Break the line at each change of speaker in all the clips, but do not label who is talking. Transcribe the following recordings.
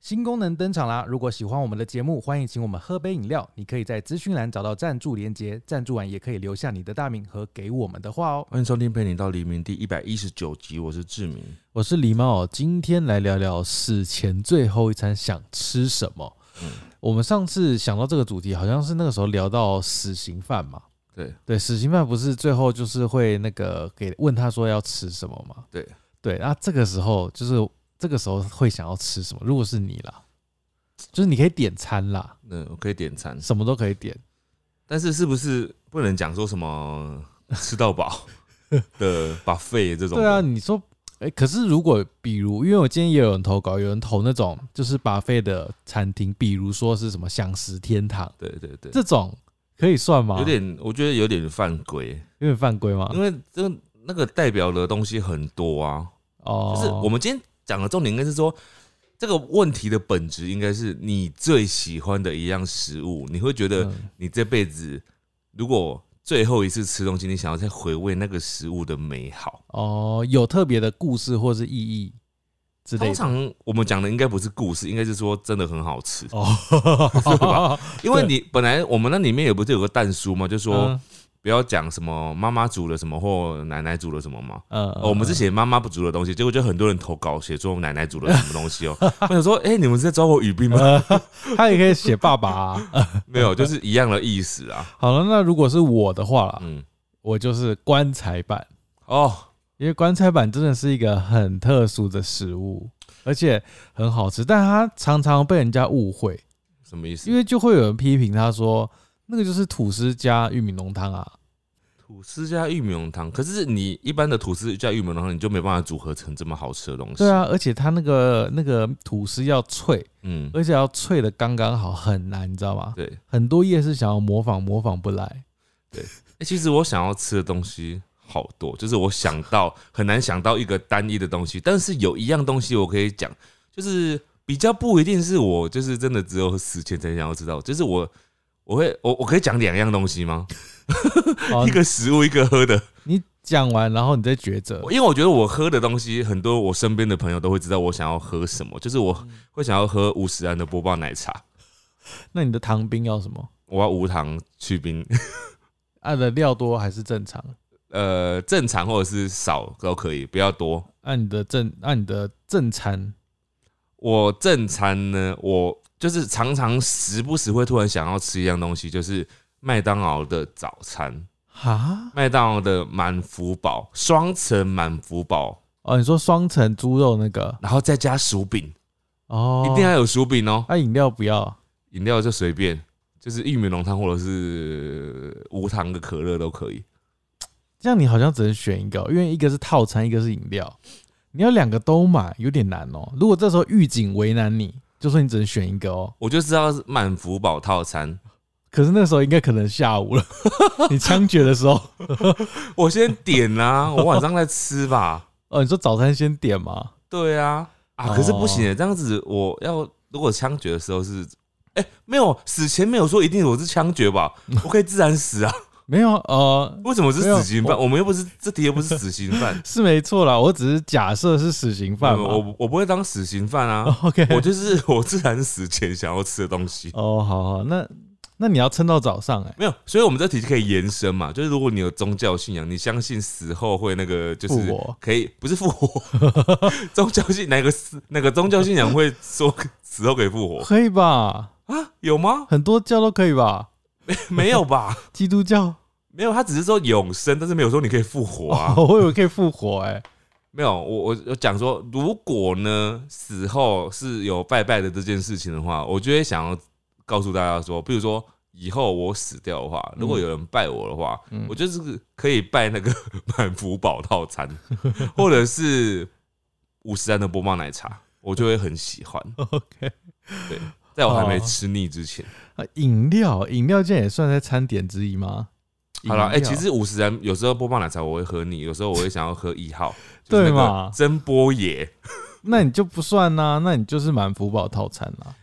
新功能登场啦！如果喜欢我们的节目，欢迎请我们喝杯饮料。你可以在资讯栏找到赞助连接，赞助完也可以留下你的大名和给我们的话哦。
欢迎收听《陪你到黎明》第一百一十九集，我是志明。
我是狸猫，今天来聊聊死前最后一餐想吃什么。我们上次想到这个主题，好像是那个时候聊到死刑犯嘛。
对
对，死刑犯不是最后就是会那个给问他说要吃什么吗？
对
对，那这个时候就是这个时候会想要吃什么？如果是你啦，就是你可以点餐啦，
嗯，我可以点餐，
什么都可以点。
但是是不是不能讲说什么吃到饱 的 buffet 这种？
对啊，，你说，哎、可是如果比如，因为我今天也有人投稿，有人投那种就是把费的餐厅，比如说是什么享食天堂
对对对，
这种，可以算吗？
有点，我觉得有点犯规，
有点犯规吗
因？为这那个代表的东西很多啊。
哦，
就是我们今天讲的重点应该是说。这个问题的本质应该是你最喜欢的一样食物，你会觉得
嗯
你这辈子如果最后一次吃东西，你想要再回味那个食物的美好。
哦有特别的故事或是意义之类
通
的。
常我们讲的应该不是故事，应该是说真的很好吃。
哦，
因为你本来我们那里面也不是有个蛋书嘛，就 说
嗯
不要讲什么妈妈煮了什么或奶奶煮了什么嘛。
嗯，
哦我们是写妈妈不煮的东西，结果就很多人投稿写说奶奶煮了什么东西哦。我想说，哎，你们是在抓我语病吗？
他也可以写爸爸啊、
没有，就是一样的意思啊。
好了，那如果是我的话啦，
嗯，
我就是棺材板。
哦，
因为棺材板真的是一个很特殊的食物，而且很好吃，但它常常被人家误会，
什么意思？
因为就会有人批评他说那个就是吐司加玉米浓汤啊。
吐司加玉米浓汤，可是你一般的吐司加玉米浓汤，你就没办法组合成这么好吃的东西。
对，啊，而且它那个那个吐司要脆，
嗯，
而且要脆的刚刚好，很难，你知道吗？
对。
很多夜市想要模仿，模仿不来。
欸其实我想要吃的东西好多，就是我想到很难想到一个单一的东西，但是有一样东西我可以讲，就是比较不一定是我，就是真的只有死前才想要知道，就是我我会我我可以讲两样东西吗？
哦
一，个食物，一个喝的，
你讲完，然后你再抉择
因。为我觉得我喝的东西很多，我身边的朋友都会知道我想要喝什么，就是我会想要喝五十安的波霸奶茶，
那你的糖冰要什么？
我要无糖去冰，
按、的料多还是正常？
呃，正常或者是少都可以，不要多。
按、啊你的正，按、你的正餐。
我正餐呢，我就是常常时不时会突然想要吃一样东西，就是麦当劳的早餐，
哈，
麦当劳的满福堡双层满福堡，
哦，你说双层猪肉那个
然后再加薯饼，
哦，
一定要有薯饼哦。
那啊饮、料不要
饮料就随便，就是玉米浓汤或者是无糖的可乐都可以。
这样，你好像只能选一个哦，因为一个是套餐，一个是饮料，你要两个都买有点难哦。如果这时候狱警为难你，就说你只能选一个哦。
我就知道是满福堡套餐，
可是那时候应该可能下午了， 你枪决的时候，
我先点啦、我晚上再吃吧。
哦，你说早餐先点嘛？
对啊，啊，
哦
可是不行耶，这样子我要如果枪决的时候是，哎、没有死前没有说一定我是枪 决吧，我可以自然死啊，
没有，呃，
为什么是死刑
没
犯？
有，
我们又不是这题又不是死刑犯
是没错啦，我只是假设是死刑犯嘛。
我我不会当死刑犯啊，
哦 OK，
我就是 我自然死前想要吃的东西。
哦，好好，那那你要撑到早上哎、
没有，所以我们这题可以延伸嘛，就是如果你有宗教信仰，你相信死后会那个就是
复活
可以不是复活， 宗教信哪个哪个宗教信仰会说死后可以复活
可以吧？
啊？有吗？
很多教都可以吧？
没有吧？
基督教，
没有，他只是说永生，但是没有说你可以复活啊。
哦、我以为可以复活哎、
没有，我我我讲说，如果呢死后是有拜拜的这件事情的话，我就会想要告诉大家说，比如说以后我死掉的话，如果有人拜我的话，
嗯
我就是可以拜那个满福宝 套餐，或者是五十安的波霸奶茶，我就会很喜欢。
OK，
对，在我还没
哦
吃腻之前，
啊，饮料，饮料竟然也算在餐点之一吗？
好了，哎、
哦饮料
其实五十安有时候波霸奶茶我会喝腻，有时候我会想要喝一号，
对
就是那个
嘛
真波野
那你就不算啦、那你就是满福宝套餐啦。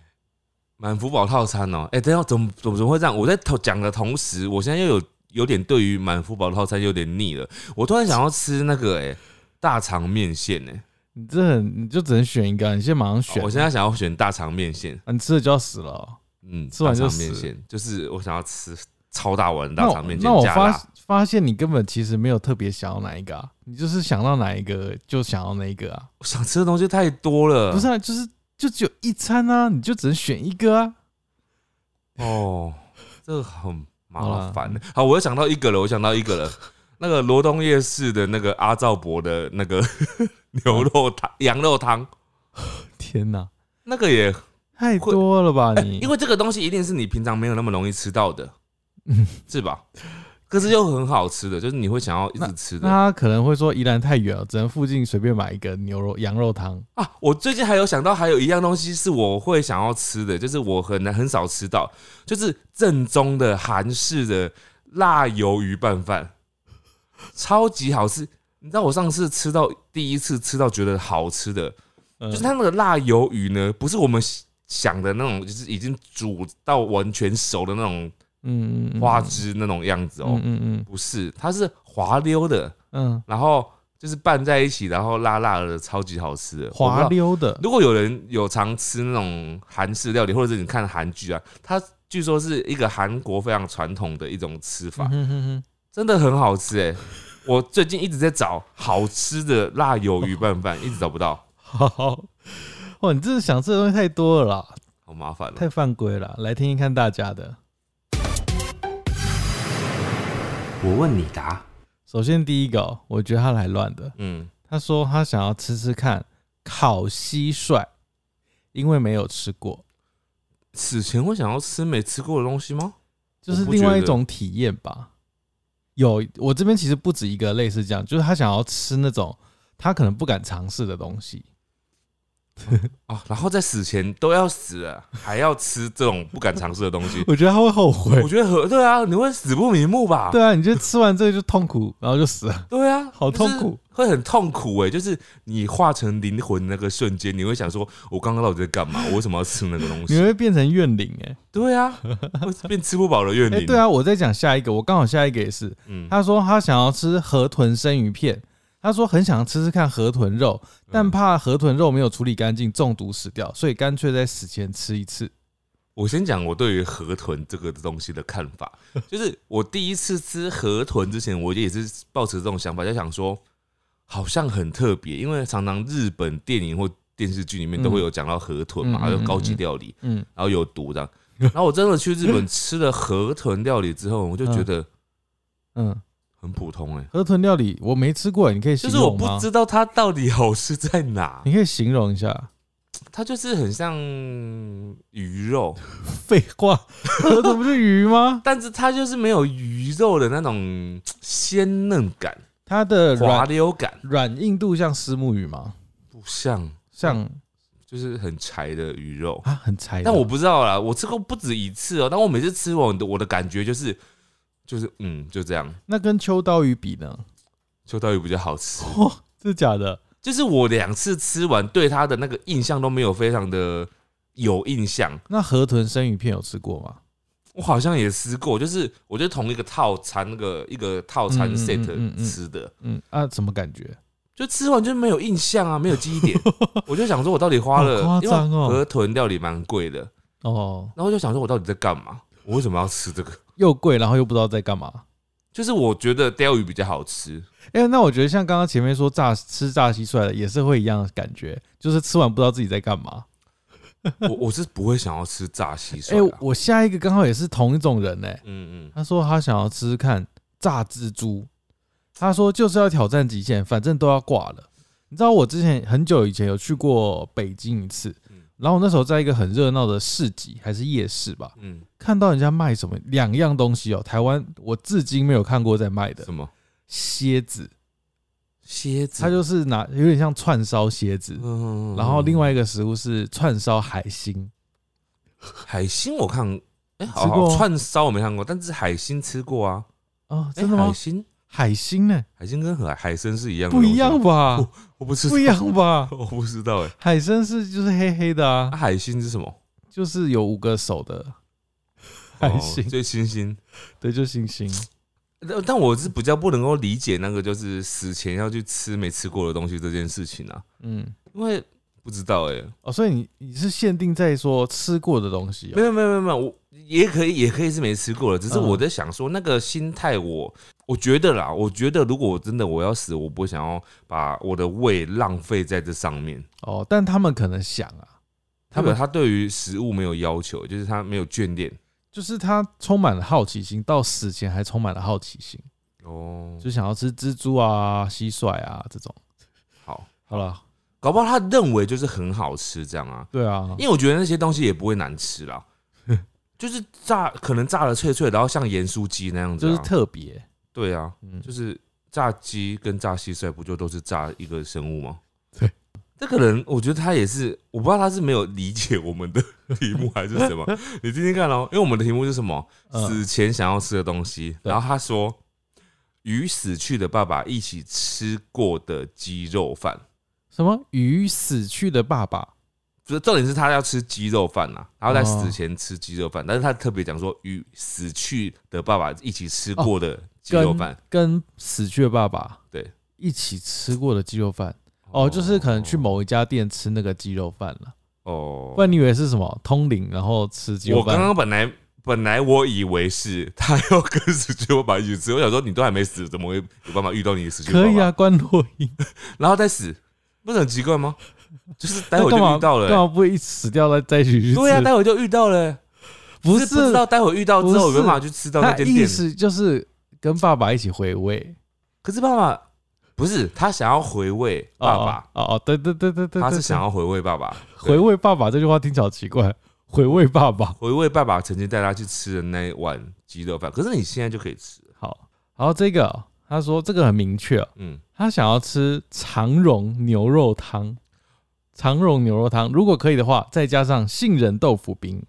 满福宝套餐哦、哎、等一下怎么怎么怎么会这样？我在头讲的同时，我现在又有有点对于满福宝套餐有点腻了，我突然想要吃那个哎、大肠面线哎、
你这很你就只能选一个，你先马上选。
哦我现在想要选大肠面线，
啊你吃了就要死了哦。
嗯，
吃完
大
就
肠
死
面线，就是我想要吃超大碗的
那
大
我
肠面
那
线
我
加
发
辣，
发现你根本其实没有特别想要哪一个啊，你就是想到哪一个就想要哪一个啊，
我想吃的东西太多了。
不是啊，就是就只有一餐啊，你就只能选一个啊。
哦，这很
好
麻
啦
烦。好，我又想到一个了，我想到一个了，那个罗东夜市的那个阿兆伯的那个 牛肉汤、羊肉汤，
天哪，
那个也
太多了吧你？
哎因为这个东西一定是你平常没有那么容易吃到的
嗯，
是吧？可是又很好吃的，就是你会想要一直吃
那
的
他可能会说宜兰太远了，只能附近随便买一个牛肉羊肉汤。
啊！我最近还有想到，还有一样东西是我会想要吃的，就是我很难很少吃到，就是正宗的韩式的辣鱿鱼拌饭，超级好吃。你知道我上次吃到第一次吃到觉得好吃的，
就
就是它那个辣鱿鱼呢，不是我们想的那种，就是已经煮到完全熟的那种
嗯嗯
花枝那种样子哦、
嗯嗯嗯
不是，它是滑溜的，
嗯，
然后就是拌在一起，然后辣辣的，超级好吃的。我不知
滑
道。
溜的，
如果有人有常吃那种韩式料理，或者是你看韩剧啊，它据说是一个韩国非常传统的一种吃法，
嗯哼哼哼
真的很好吃哎、我最近一直在找好吃的辣鱿鱼拌饭，一直找不到，
好， 哇，你真的想吃的东西太多了啦，
好麻烦哦了。
太犯规了。来听一看大家的。
我问你答，
首先第一个哦、我觉得他来乱的。
嗯，
他说他想要吃吃看烤蟋蟀，因为没有吃过，
此前会想要吃没吃过的东西吗？
就是另外一种体验吧。有，我这边其实不止一个类似这样，就是他想要吃那种他可能不敢尝试的东西。，
哦，然后在死前都要死了，还要吃这种不敢尝试的东西
我觉得他会后悔
我。觉得很对啊，你会死不瞑目吧？
对啊，你就吃完这个就痛苦，然后就死了。
对啊，
好
就是
痛苦，
会很痛苦哎、就是你化成灵魂那个瞬间，你会想说，我刚刚到底在干嘛？我为什么要吃那个东
你
西？
会变成怨灵哎、
对啊，会变吃不饱的怨
哎、
灵、
对，啊，我在讲下一个，我刚好下一个也是，
嗯，
他说他想要吃河豚生鱼片，他说很想吃吃看河豚肉，
嗯
但怕河豚肉没有处理干净中毒死掉，所以干脆在死前吃一次。
我先讲我对于河豚这个东西的看法，就是我第一次吃河豚之前，我也是抱持这种想法，就想说好像很特别，因为常常日本电影或电视剧里面都会有讲到河豚嘛，
嗯
还有高级料理，
嗯，
然后有毒的。然后我真的去日本吃了河豚料理之后，我就觉得
嗯，
很普通哎、
河豚料理我没吃过，你可以
就
形
是我
容
不
吗？
知道它到底好吃在哪
你，可以形容一下。
它就是很像鱼肉，
废话，河豚不是鱼吗？
但是它就是没有鱼肉的那种鲜嫩感、
它的呃
滑
软
溜感，
软硬度像丝木鱼吗？
不像
像
就是很柴的鱼肉。
啊，很柴的。
嗯但我不知道啦，我吃过不止一次哦、但我每次吃完，我的我的感觉就是，就是嗯，就这样，
那跟秋刀鱼比呢？
秋刀鱼比较好吃。
哦，真的假的？
就是我两次吃完，对它的那个印象都没有非常的有印象。
那河豚生鱼片有吃过吗？
我好像也吃过，就是我就同一个套餐，那个一个套餐
嗯嗯嗯
set
嗯嗯
吃的，
嗯啊，什么感觉？
就吃完就哦没有印象啊，没有记忆点。我就想说，我到底花了
好，
因
夸
为
张哦
河豚料理蛮贵的，
哦，
然后我就想说，我到底在干嘛？我为什么要吃这个？
又贵，然后又不知道在干嘛。
就是我觉得鲷鱼比较好吃，
哎、那我觉得像刚刚前面说炸吃炸蟋蟀的，也是会一样的感觉，就是吃完不知道自己在干嘛。
我我是不会想要吃炸蟋
哎、
蟀、啊。
我下一个刚好也是同一种人呢、
嗯嗯，
他说他想要吃吃看炸蜘蛛，他说就是要挑战极限，反正都要挂了。你知道我之前很久以前有去过北京一次
嗯，
然后我那时候在一个很热闹的市集还是夜市吧，
嗯，
看到人家卖什么两样东西哦、台湾我至今没有看过在卖的
什么
蝎子，
蝎子？
它就是拿有点像串烧蝎子，
嗯，嗯
然后另外一个食物是串烧海星，
海星我看，哎、好
吃过啊
好
吗
串烧我没看过，但是海星吃过啊。
哦，
哎
真的吗
海？星，
海星呢？
海星跟海海参是一哦样的，
不一样，吧？
我不知道？
不一，样吧
我不知道哎、
海参是就是黑黑的
啊
啊，
海星是什么？
就是有五个手的海
哦
星，
所以星星
对，就星星。
但但我是比较不能够理解那个就是死前要去吃没吃过的东西这件事情啊，
嗯，
因为不知道哎、
哦，所以你你是限定在说吃过的东西、
没
哦，
有没有没有没有，我也可以也可以是没吃过的，只是
嗯
我在想说那个心态我，我觉得啦，我觉得如果我真的我要死，我不会想要把我的胃浪费在这上面。
哦，但他们可能想啊，
他
他
们
们
他对于食物没有要求，就是他没有眷恋
就是他充满了好奇心，到死前还充满了好奇心，
哦
就想要吃蜘蛛啊、蟋蟀啊这种。
好，
好了，
搞不好他认为就是很好吃这样啊，
对啊，
因为我觉得那些东西也不会难 吃啦，就是炸可能炸的脆脆，然后像盐酥鸡那样子、啊，
就是特别，
对啊，
嗯，
就是炸鸡跟炸蟋蟀不就都是炸一个生物吗？
对，
这个人我觉得他也是，我不知道他是没有理解我们的题目还是 什么。你听听看哦，因为我们的题目是什么？
嗯
死前想要吃的东西。
对
然后他说，与死去的爸爸一起吃过的鸡肉饭，
什么与死去的爸爸
就是重点是他要吃鸡肉饭呐、啊，然后在
哦
死前吃鸡肉饭，但是他特别讲说与死去的爸爸一起吃过的鸡肉饭。
跟死去的爸爸
对
一起吃过的鸡肉饭哦，就是可能去某一家店吃那个鸡肉饭了，
哦
不然你以为是什么通灵，然后吃鸡肉
我刚
饭？
刚本来本来我以为是他要跟死去的爸爸一起吃，我想说你都还没死，怎么会有办法遇到你的死去的爸
可
爸？
以啊，，关洛英，
然后再死，不是很奇怪吗？就是待
那
会就
干嘛
遇到了欸、
干嘛不会一死掉再再一起去吃？
对呀、啊，待会就遇到了欸、
不
只是不知道待会遇到之后有没有办法去吃到那
他
间
意
店。
思就是跟爸爸一起回味
可是爸爸不是他想要回味爸爸，
哦哦哦，对对对对对，
他是
对
想要回味爸爸，
回味爸爸这句话听起来好奇怪，回味爸爸。
回味爸爸曾经带他去吃的那一碗鸡肉饭。可是你现在就可以吃了，
好，然后这个哦他说这个很明确哦，
嗯，
他想要吃长荣牛肉汤，长荣牛肉汤如果可以的话，再加上杏仁豆腐冰。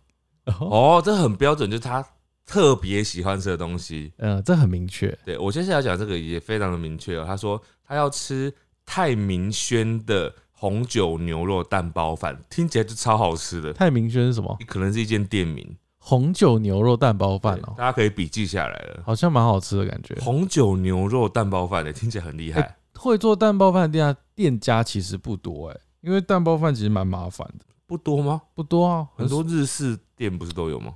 哦，
哦，这很标准，就是他特别喜欢吃的东西。
嗯，这很明确。
对我接下来讲这个也非常的明确哦，他说他要吃泰明轩的红酒牛肉蛋包饭，听起来就超好吃的，
太明确是什么？
可能是一间店名，
红酒牛肉蛋包饭
对
哦，
大家可以笔记下来了。
好像蛮好吃的感觉。
红酒牛肉蛋包饭的、欸听起来很厉害，
会做蛋包饭的店家店家其实不多哎、因为蛋包饭其实蛮麻烦的，
不多吗？
不多啊，
很多日式店不是都有吗？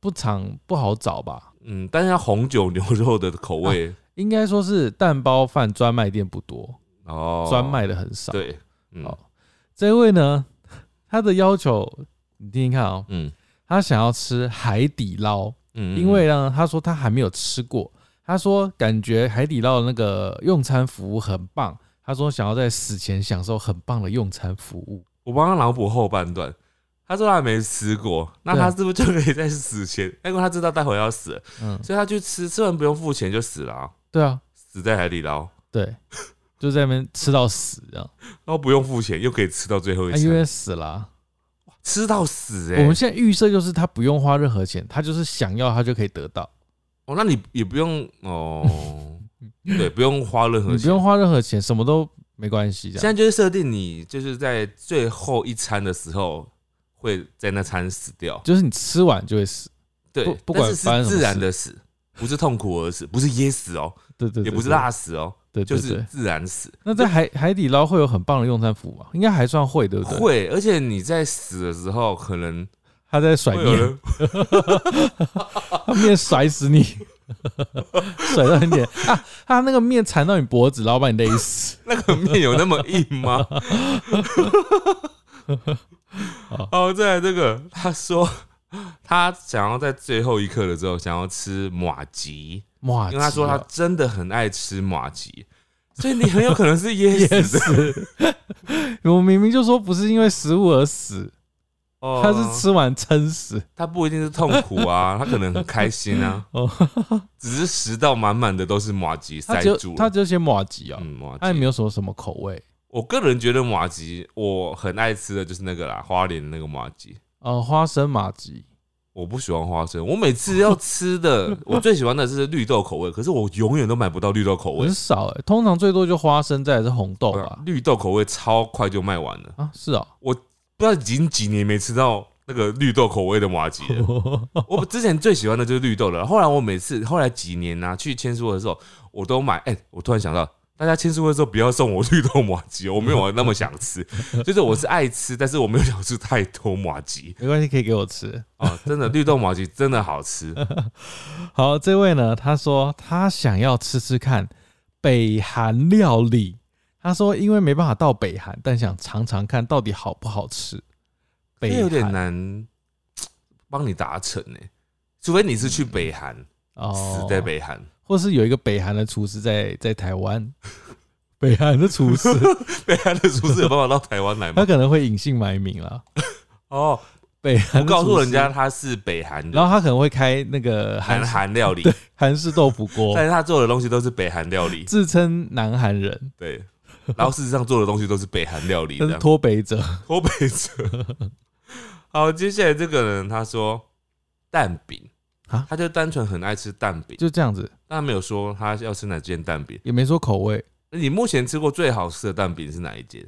不常不好找吧。
嗯，但是它红酒牛肉的口味、
应该说是蛋包饭专卖店不多，
哦，
专卖的很少。
对，嗯
好这位呢， 他的要求你听听看哦，
嗯
他想要吃海底捞，
嗯，嗯
因为呢，他说他还没有吃过，他说感觉海底捞的那个用餐服务很棒，他说想要在死前享受很棒的用餐服务。
我帮他脑补后半段。他说他还没吃过，那
对
他是不是就可以在死前？哎因为他知道待会要死了，
嗯，
所以他去吃，吃完不用付钱就死了、啊，
对啊，
死在海底捞，
对，就在那边吃到死这样。
然后不用付钱又可以吃到最后一
啊、因
餐，
为死了啊、
吃到死哎、
我们现在预设就是他不用花任何钱，他就是想要他就可以得到，
哦，那你也不用 哦，对，不用花任何
你
钱，
不用。花任何钱，什么都没关系。这
现
样
在就是设定你就是在最后一餐的时候会在那餐死掉，
就是你吃完就会死，
对，
不不
但
管
是
发生
是
什么
自然的死，不是痛苦而死，不是噎死哦，
对对对
也不是
对
辣死哦，
对
就
对
是
对。
自然死。
那在海海底捞会有很棒的用餐服务吗？应该还算会，对不对？，
会，而且你在死的时候可能
他在甩
会有
面，
人
他面甩死你，甩到你脸啊！他那个面缠到你脖子，然后把你勒 死。
那个面有那么硬吗？ 哦，再来这个，他说他想要在最后一刻的时候想要吃马吉，
哇！
因为他说
哦
他真的很爱吃马吉，所以你很有可能是噎
也
死的。
死，我明明就说不是因为食物而死，
哦
他是吃完撑死。
他不一定是痛苦 啊，他可能很开心啊，
哦，
只是食道满满的都是马吉
他
塞
只有
住
他
了。
只有写马吉啊，
嗯，马
他也
吉
没。有什么什么口味
我个人觉得马吉，我很爱吃的就是那个啦，花莲的那个马吉。
呃，花生马吉
我不喜欢花生，我每次要吃的， 我最喜欢的是绿豆口味，可是我永远都买不到绿豆口味
很。少哎、通常最多就花生，再来是红豆
对
吧
啊。绿豆口味超快就卖完了，
啊，是哦，
不知道已经几年没吃到那个绿豆口味的麻吉了。我之前最喜欢的就是绿豆了。后来我每次后来几年呢、去签书会的时候，我都买。哎、我突然想到，大家签书会的时候不要送我绿豆麻吉， 我没有那么想吃。就是我是爱吃，但是我没有想吃太多麻吉
没关系，可以给我吃。
啊、哦真的，绿豆麻吉真的好吃。
好，这位呢，他说他想要吃吃看北韩料理。他说因为没办法到北韩，但想尝尝看到底好不好吃。 北
这有点
韩
难帮你达成呢、除非你是去北韩，
哦
死在北韩。
或是有一个北韩的厨师在在台湾， 北韩的厨 师
北韩的厨师有办法到台湾来
他
吗？
可能会隐姓埋名啦。
哦，
北韩
我
的厨师
告诉人家，他是北韩
然
的
后他可能会开那个韩
韩
式
韩料理，
韩式豆腐锅，
但是他做的东西都是北韩料理，
自称南韩人，
对。 然后事实上做的东西都是北韩料理，
他
这
是
样
脱北者。
脱北者。好，接下来这个人他说蛋饼
啊
他就单纯很爱吃蛋饼，
就这样子，
但他没有说他要吃哪间蛋饼。
也没说口味。
那你目前吃过最好吃的蛋饼是哪一间？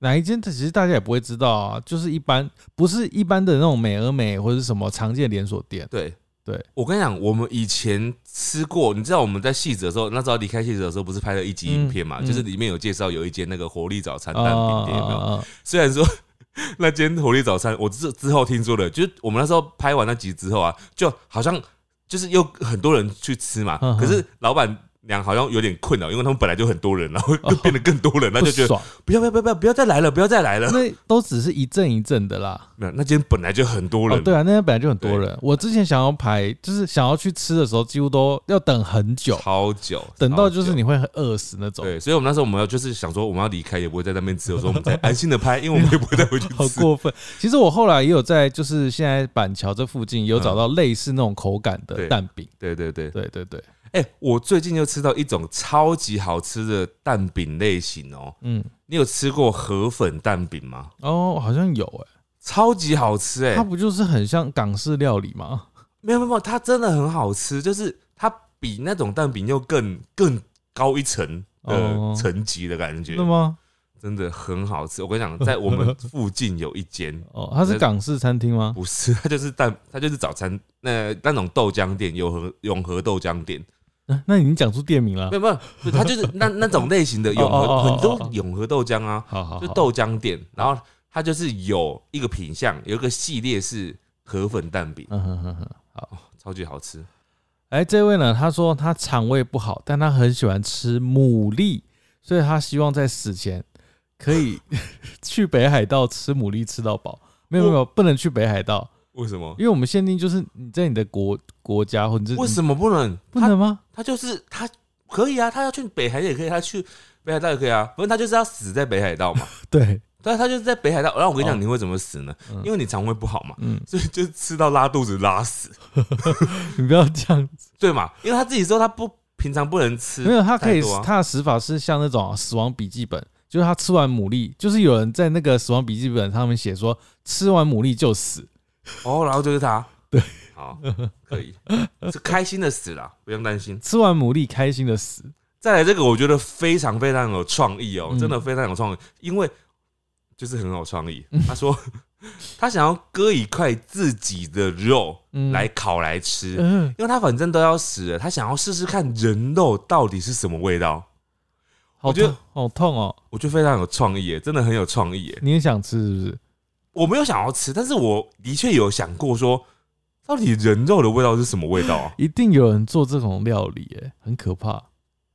哪一间？这其实大家也不会知道啊，就是一般不是一般的那种美而美或者是什么常见连锁店。
对
对，
我跟你讲，我们以前吃过，你知道我们在戏子的时候，那时候离开戏子的时候，不是拍了一集影片嘛？
嗯嗯
就是里面有介绍有一间那个活力早餐
啊
蛋饼店，有没有？
啊
虽然说 那间活力早餐，我之之后听说的，就是我们那时候拍完那集之后啊，就好像就是又很多人去吃嘛，
嗯嗯
可是老板。娘好像有点困扰，因为他们本来就很多人，然后就变得更多人，那
哦不
就觉得
爽，
不要不要不要不要不要再来了，不要再来了。
那都只是一阵一阵的啦。
没有，那间本来就很多
哦，
人，
对啊，那边本来就很多
对
人。我之前想要排，就是想要去吃的时候，几乎都要等很 久，
超久，
等到就
超久
是你会很饿死那种，
对，所以我们那时候我们要就是想说我们要离开，也不会在那边吃，我说我们再安心的拍，因为我们也不会再回去
好
吃。
过分。其实我后来也有在，就是现在板桥这附近有找到类似那种口感的
嗯对
蛋饼。
对对对，
对对对，
哎、我最近又吃到一种超级好吃的蛋饼类型哦、
嗯，
你有吃过河粉蛋饼吗？
哦，好像有哎、
超级好吃哎、
它不就是很像港式料理吗？
没有没有没有，它真的很好吃，就是它比那种蛋饼又更更高一层
哦
的层级的感觉
真的，吗？
真的很好吃。我跟你讲，在 我们附近有一间，
哦，它是港式餐厅吗？
不是，它就是蛋，它就是早餐那那种豆浆店，永和永和豆浆店，
啊那已经讲出店名了
没。有没有，不是它就是那那种类型的永
哦哦哦
和
哦
很
哦
多永和豆浆啊，
好好
就
好，
豆浆店，然后它就是有一个品相，有一个系列是河粉蛋饼，
嗯哼哼哼。
超级好吃。
哎，这位呢，他说他肠胃不好，但他很喜欢吃牡蛎，所以他希望在死前可以 去北海道吃牡蛎吃到饱。没有没有，不能去北海道，
为什么
因？为我们限定就是你在你的国国家或者是
为什么不能？
不能吗？
他？他就是他可以啊，他要去北海也可以，他去北海道也可以啊，反正他就是要死在北海道 嘛。
对，
但是他就是在北海道，然后我跟你
哦
讲，你会怎么死呢？
嗯
因为你肠胃不好嘛，
嗯，
所以就吃到拉肚子拉死，
你不要这样子。
对嘛？因为他自己说他不平常不能吃，
没有，他可以
太多啊
他的死法是像那种《死亡笔记本》，就是他吃完牡蛎，就是有人在那个《死亡笔记本》上面写说吃完牡蛎就死。
哦，然后就是他，
对，
好，可以，是开心的死啦，不用担心。
吃完牡蛎开心的死，
再来这个，我觉得非常非常有创意哦、
嗯
真的非常有创意，因为就是很有创意。他说 他想要割一块自己的肉
嗯
来烤来吃，
嗯，
因为他反正都要死了，他想要试试看人肉到底是什么味道。
好
我觉得
痛，好痛哦！
我觉得非常有创意耶，真的很有创意耶。
你也想吃是不是？
我没有想要吃，但是我的确有想过说，到底人肉的味道是什么味道、啊？
一定有人做这种料理，哎，很可怕。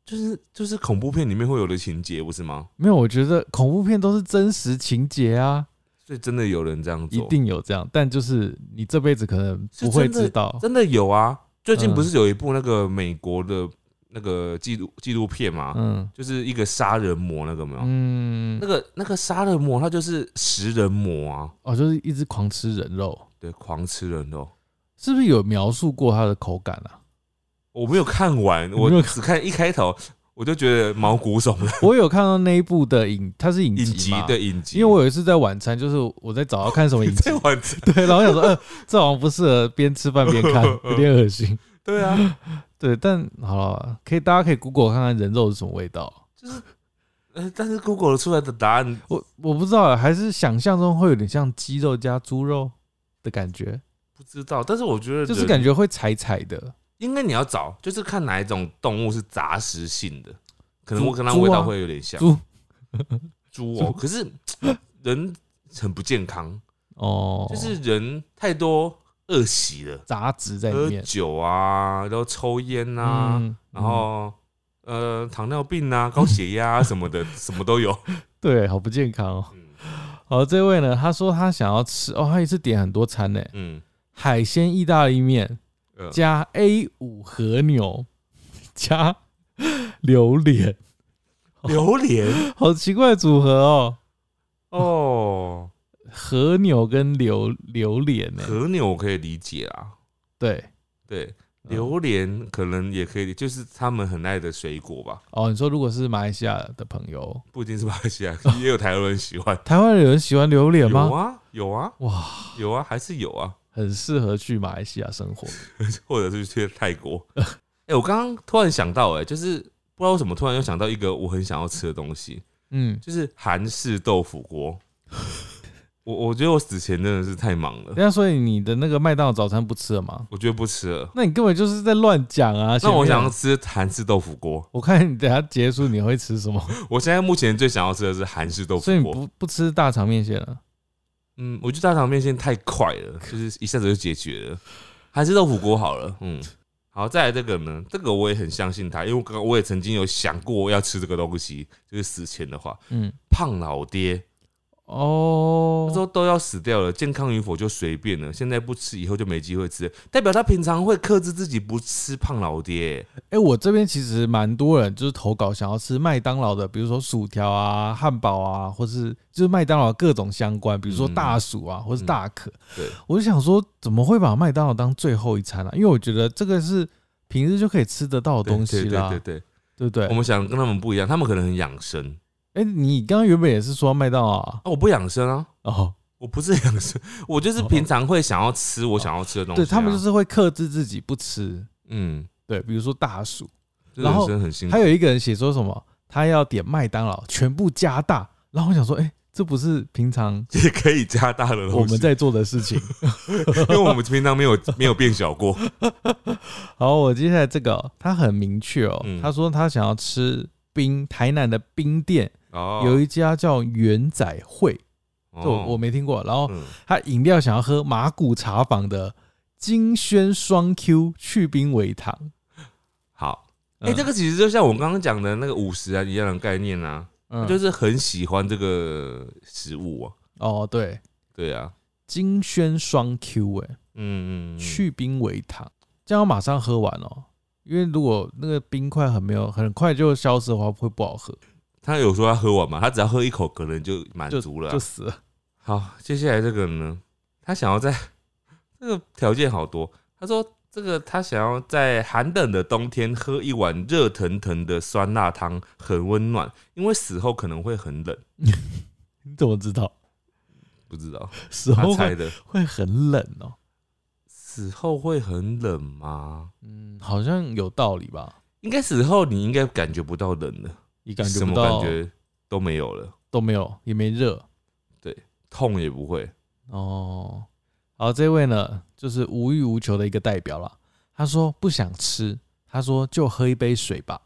就是就是恐怖片里面会有的情节，不是吗？
没有，我觉得恐怖片都是真实情节啊，
所以真的有人这样
一
做，
定有这样，但就是你这辈子可能不会知道。
真的有啊！最近
哦嗯
不是有一部那个美国的那个纪录纪录片嘛，
嗯
就是一个杀人魔那个有没有？
嗯
那，个那个杀人魔他就是食人魔啊，
哦，就是一直狂吃人肉，
对，狂吃人肉。
是不是有描述过它的口感啊？
我没有看完，
你没有
我
看
只看一开头，我就觉得毛骨悚 然。
我有看到那一部的影，它是影
影
集
集
嘛？，
对影集，
因为我有一次在晚餐，就是我在找要看什么影集
在，玩这
对，然后我想说，呃，这好像不适合边吃饭边 看，有点恶心。
对啊，
对，但好了，可以大家可以 Google 看看人肉是什么味道。
呃但是 Google 出来的答案
我我不知道，还是想象中会有点像鸡肉加猪肉，的感觉，
不知道，但是我觉得
就是
人
感觉会柴柴的。
应该你要找，就是看哪一种动物是杂食性的，可能
猪
我跟它
猪啊
味道会有点像
猪
猪哦、可是人很不健康，
哦，
就是人太多恶习了，
杂质在里
喝
面
酒啊，然后抽烟啊，
嗯
然后呃糖尿病啊、高血压、 啊、什么的，什么都有。
对，好不健康哦。
嗯
好，这位呢，他说他想要吃哦，他一次点很多餐呢，
嗯，
海鲜意大利面
呃
加 A 五和牛加榴莲，
榴莲
好奇怪的组合哦，
哦，
和牛跟榴榴莲呢？
和牛我可以理解啊，
对，
对，
嗯
榴莲可能也可以，就是他们很爱的水果吧。
哦，你说如果是马来西亚的朋友，
不一定是马来西亚， 也有台湾人喜欢。
台湾有人喜欢榴莲
有
吗？
啊，有啊，
哇，
有啊，还是有啊，
很适合去马来西亚生活。
或者是去泰 国。哎、我刚刚突然想到、哎，就是不知道为什么突然又想到一个我很想要吃的东西，
嗯，
就是韩式豆 腐锅。我我觉得我死前真的是太忙了，
人家所以你的那个麦当劳早餐不吃了吗？
我觉得不吃了。
那你根本就是在乱讲啊！
那我
前面
想要，吃韩式豆腐锅，
我看你等下结束你会吃什么，
我现在目前最想要吃的是韩式豆
所以
腐
你
锅。
不不吃大肠面线了。
嗯，我觉得大肠面线太快了，就是一下子就解决了。还是豆腐锅好了，嗯，好，再来这个呢，这个我也很相信他，因为我刚刚我也曾经有想过要吃这个东西，就是死前的话，
嗯，
胖老爹
哦
他，说都要死掉了，健康与否就随便了，现在不吃以后就没机会吃，代表他平常会克制自己不吃胖老爹，
哎、我这边其实蛮多人就是投稿想要吃麦当劳的，比如说薯条啊、汉堡啊，或是就是麦当劳各种相关，比如说
嗯
大薯啊，或是大可。
对，
我就想说，怎么会把麦当劳当最后一餐啊？因为我觉得这个是平日就可以吃得到的
对
东西
对
啦，
对对
对不对
对，我？们想跟他们不一样，他们可能很养生
哎、你刚刚原本也是说麦当劳啊？
啊，我不养生啊。
哦，
我不是养生，我就是平常会想要吃我想要吃的东西、
对
啊。
他们就是会克制自己不吃，
嗯，
对，比如说大薯。
这
然后
人生很辛苦
还。有一个人写说什么，他要点麦当劳，全部加大。然后我想说，哎、这不是平常
也可以加大的东西，
我们在做的事情。
因为我们平常没有 没有变 小过。
好，我接下来这个哦、他很明确哦，
嗯
他说他想要吃冰，台南的冰店、
哦，
有一家叫元仔会，
哦
这我哦我没听过。然后
嗯
他饮料想要喝马古茶坊的金萱双 Q 去冰微糖。
好，哎、
嗯
这个其实就像我刚刚讲的那个五十啊一样的概念啊，
嗯
就是很喜欢这个食物啊。
哦，对，
对啊，
金萱双 Q 哎、
嗯嗯，嗯，
去冰为糖，这样要马上喝完哦。因为如果那个冰块很没有很快就消失的话，会不好喝，
他有说要喝完嘛，他只要喝一口，可能就满
就
足了啊、
就死了。
好，接下来这个呢，他想要在 这个条件好多。他说这个他想要在寒冷的冬天喝一碗热腾腾的酸辣汤，很温暖，因为死后可能会很冷。
你怎么知道？
不知 道
死
他
后
猜
会
的，
会很冷哦。
死后会很冷吗？
嗯，好像有道理吧？
应该死后你应该感觉不到冷了，
也感觉
什
不
么
到
感，觉都没有了，
都没有，也没热
痛也不会。
哦。好，这位呢，就是无欲无求的一个代表啦。他说不想吃，他说就喝一杯水吧，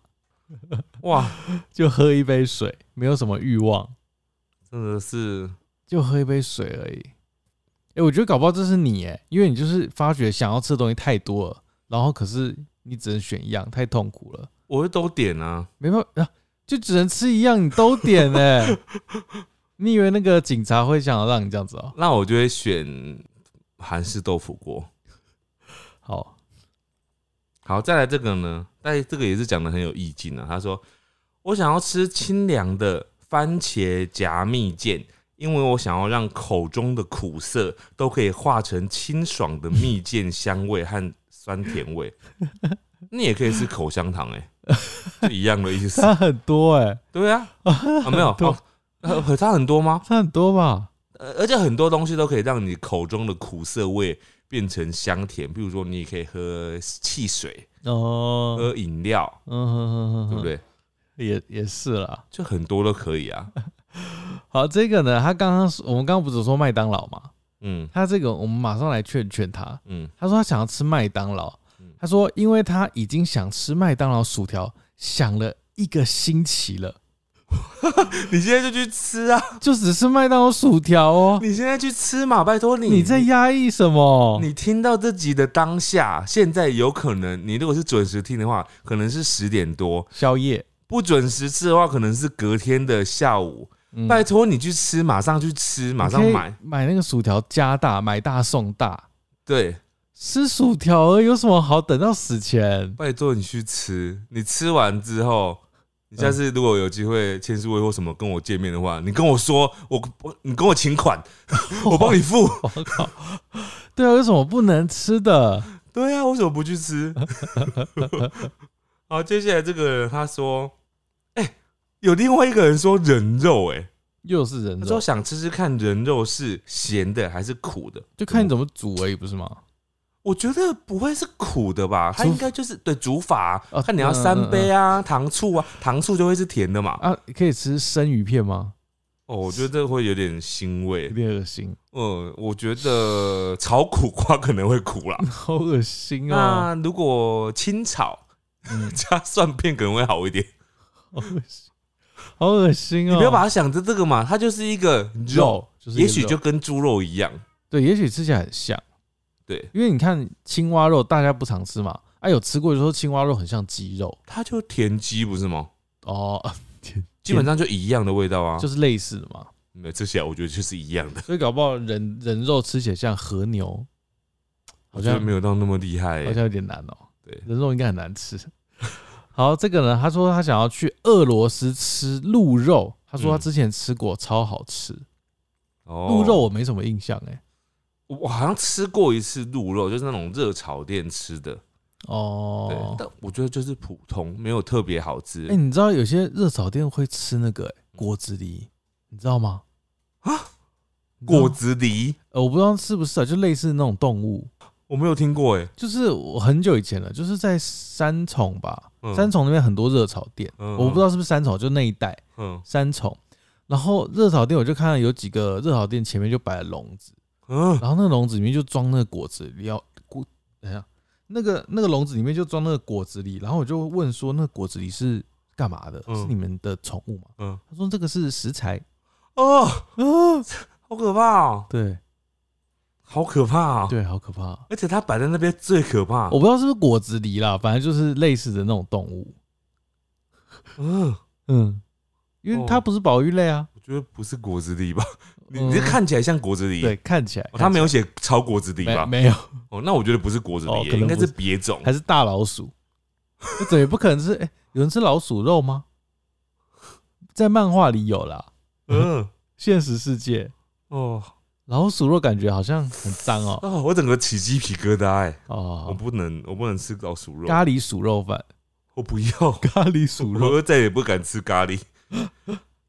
哇，
就喝一杯水，没有什么欲望，
真的是
就喝一杯水而已。哎、我觉得搞不好这是你哎，因为你就是发觉想要吃的东西太多了，然后可是你只能选一样，太痛苦了，
我会都点啊，
没办法、啊，就只能吃一样，你都点哎。你以为那个警察会想要让你这样子哦、
那我就会选韩式豆腐锅。
好，
好，再来这个呢，但这个也是讲的很有意境啊。他说：“我想要吃清凉的番茄夹蜜饯，因为我想要让口中的苦涩都可以化成清爽的蜜饯香味和酸甜味。 你也可以吃口香糖、欸，哎，一样的意思。
它很多哎、
对啊，啊没有，哦呃它很多吗？
它很多吧？
呃，而且很多东西都可以让你口中的苦涩味变成香甜，比如说你也可以喝汽水、
哦，
喝饮料，
嗯哼哼哼哼，
对不？对？”
也也是啦。
就 很多都可以啊。
好，这个呢，他刚刚说我们刚刚不是说麦当劳嘛？
嗯
他这个我们马上来劝劝他。
嗯，
他说他想要吃麦当劳
嗯，
他说因为他已经想吃麦当劳薯条，想了一个星期了，
你现在就去吃 啊！
就只是麦当劳薯条哦。
你现在去吃嘛，拜托你！
你在压抑什么？
你听到这集的当下，现在有可能你如果是准时听的话，可能是十点多；
宵夜，
不准时吃的话，可能是隔天的下午。
嗯
拜托你去吃，马上去吃，马上
你可以
买。
买那个薯条加大，买大送大，
对，
吃薯条而已有什么好等到死前？
拜托你去吃，你吃完之后，你下次如果有机会签书会或什么跟我见面的话，你跟我说，我我你跟我请款， 我帮你付。
我靠！对啊，有什么不能吃的？
对啊，为什么不去吃？ 好，接下来这个人他说，哎、有另外一个人说人肉、哎，
又是人
他说
肉，
想吃吃看人肉是咸的还是苦的，
就看你怎么煮而已，不是吗？
我觉得不会是苦的吧？它
煮
应该就是对煮法、啊
哦嗯
看你要三杯啊、糖醋啊，糖醋就会是甜的嘛。
啊，可以吃生鱼片吗？
哦，我觉得这会有点腥
有
味。
点恶心，
嗯，我觉得炒苦瓜可能会苦 啦。
好恶心哦，
那如果清炒
嗯
加蒜片可能会好一点。
好恶心，好恶心哦！
你不要把它想成这个嘛，它就是一个肉，，
就是一个
也许
肉
就跟猪肉一样。
对，也许吃起来很像，
对，
因为你看青蛙肉大家不常吃嘛，啊，有吃过就说青蛙肉很像鸡肉
它就田鸡不是吗？
哦，
啊基本上就一样的味道啊，
就是类似的嘛，
没有吃起来我觉得就是一样的，
所以搞不好人人肉吃起来像和牛，好
我觉得
像
没有到那么厉害、欸
好像有点难哦，
对
人肉应该很难吃。好，这个呢，他说他想要去俄罗斯吃鹿肉，他说他
嗯
之前吃过，超好吃。
哦
鹿肉我没什么印象哎、
我我好像吃过一次鹿肉，就是那种热炒店吃的，对，
哦，
但我觉得就是普通，没有特别好吃。
哎、你知道有些热炒店会吃那个、欸、果子狸，你知道吗？
嗯啊
你知道吗，
果子狸
呃，我不知道是不是啊，就类似那种动物，
我没有听过、哎，
就是我很久以前了，就是在三重吧，
嗯
三重那边很多热炒店，
嗯
我不知道是不是三重，就那一带
嗯
三重。然后热炒店我就看到有几个热炒店前面就摆了笼子，
嗯，
然后那个笼子里面就装那个果子狸，要果等一下，那个那个笼子里面就装那个果子狸，然后我就问说，那个果子狸是干嘛的？
嗯
是你们的宠物吗？
嗯
他说这个是食材。
哦，
啊，
好可怕哦，
对
好可怕哦，
对，好可怕。啊
而且它摆在那边最可怕。
我不知道是不是果子狸啦，反正就是类似的那种动物。
嗯，
嗯，因为它
哦
不是保育类啊。
我觉得不是果子 狸吧？你
嗯
你这看起来像果子狸，
对，看起来
哦，他没
有
有写超果子狸吧？
没没有，
哦，那我觉得不是果子
哦可
狸，
能不
应该
是
是别种。
还是大老鼠。这怎么也不可能是？哎、有人吃老鼠肉吗？在漫画里有啦，
嗯，
现实世界
哦
老鼠肉感觉好像很脏 哦。
哦，我整个起鸡皮疙瘩哎。我
哦，
不能，我不能吃老鼠肉，
咖喱鼠肉 饭，
我不要，
咖喱鼠肉
我再也不敢吃 咖喱。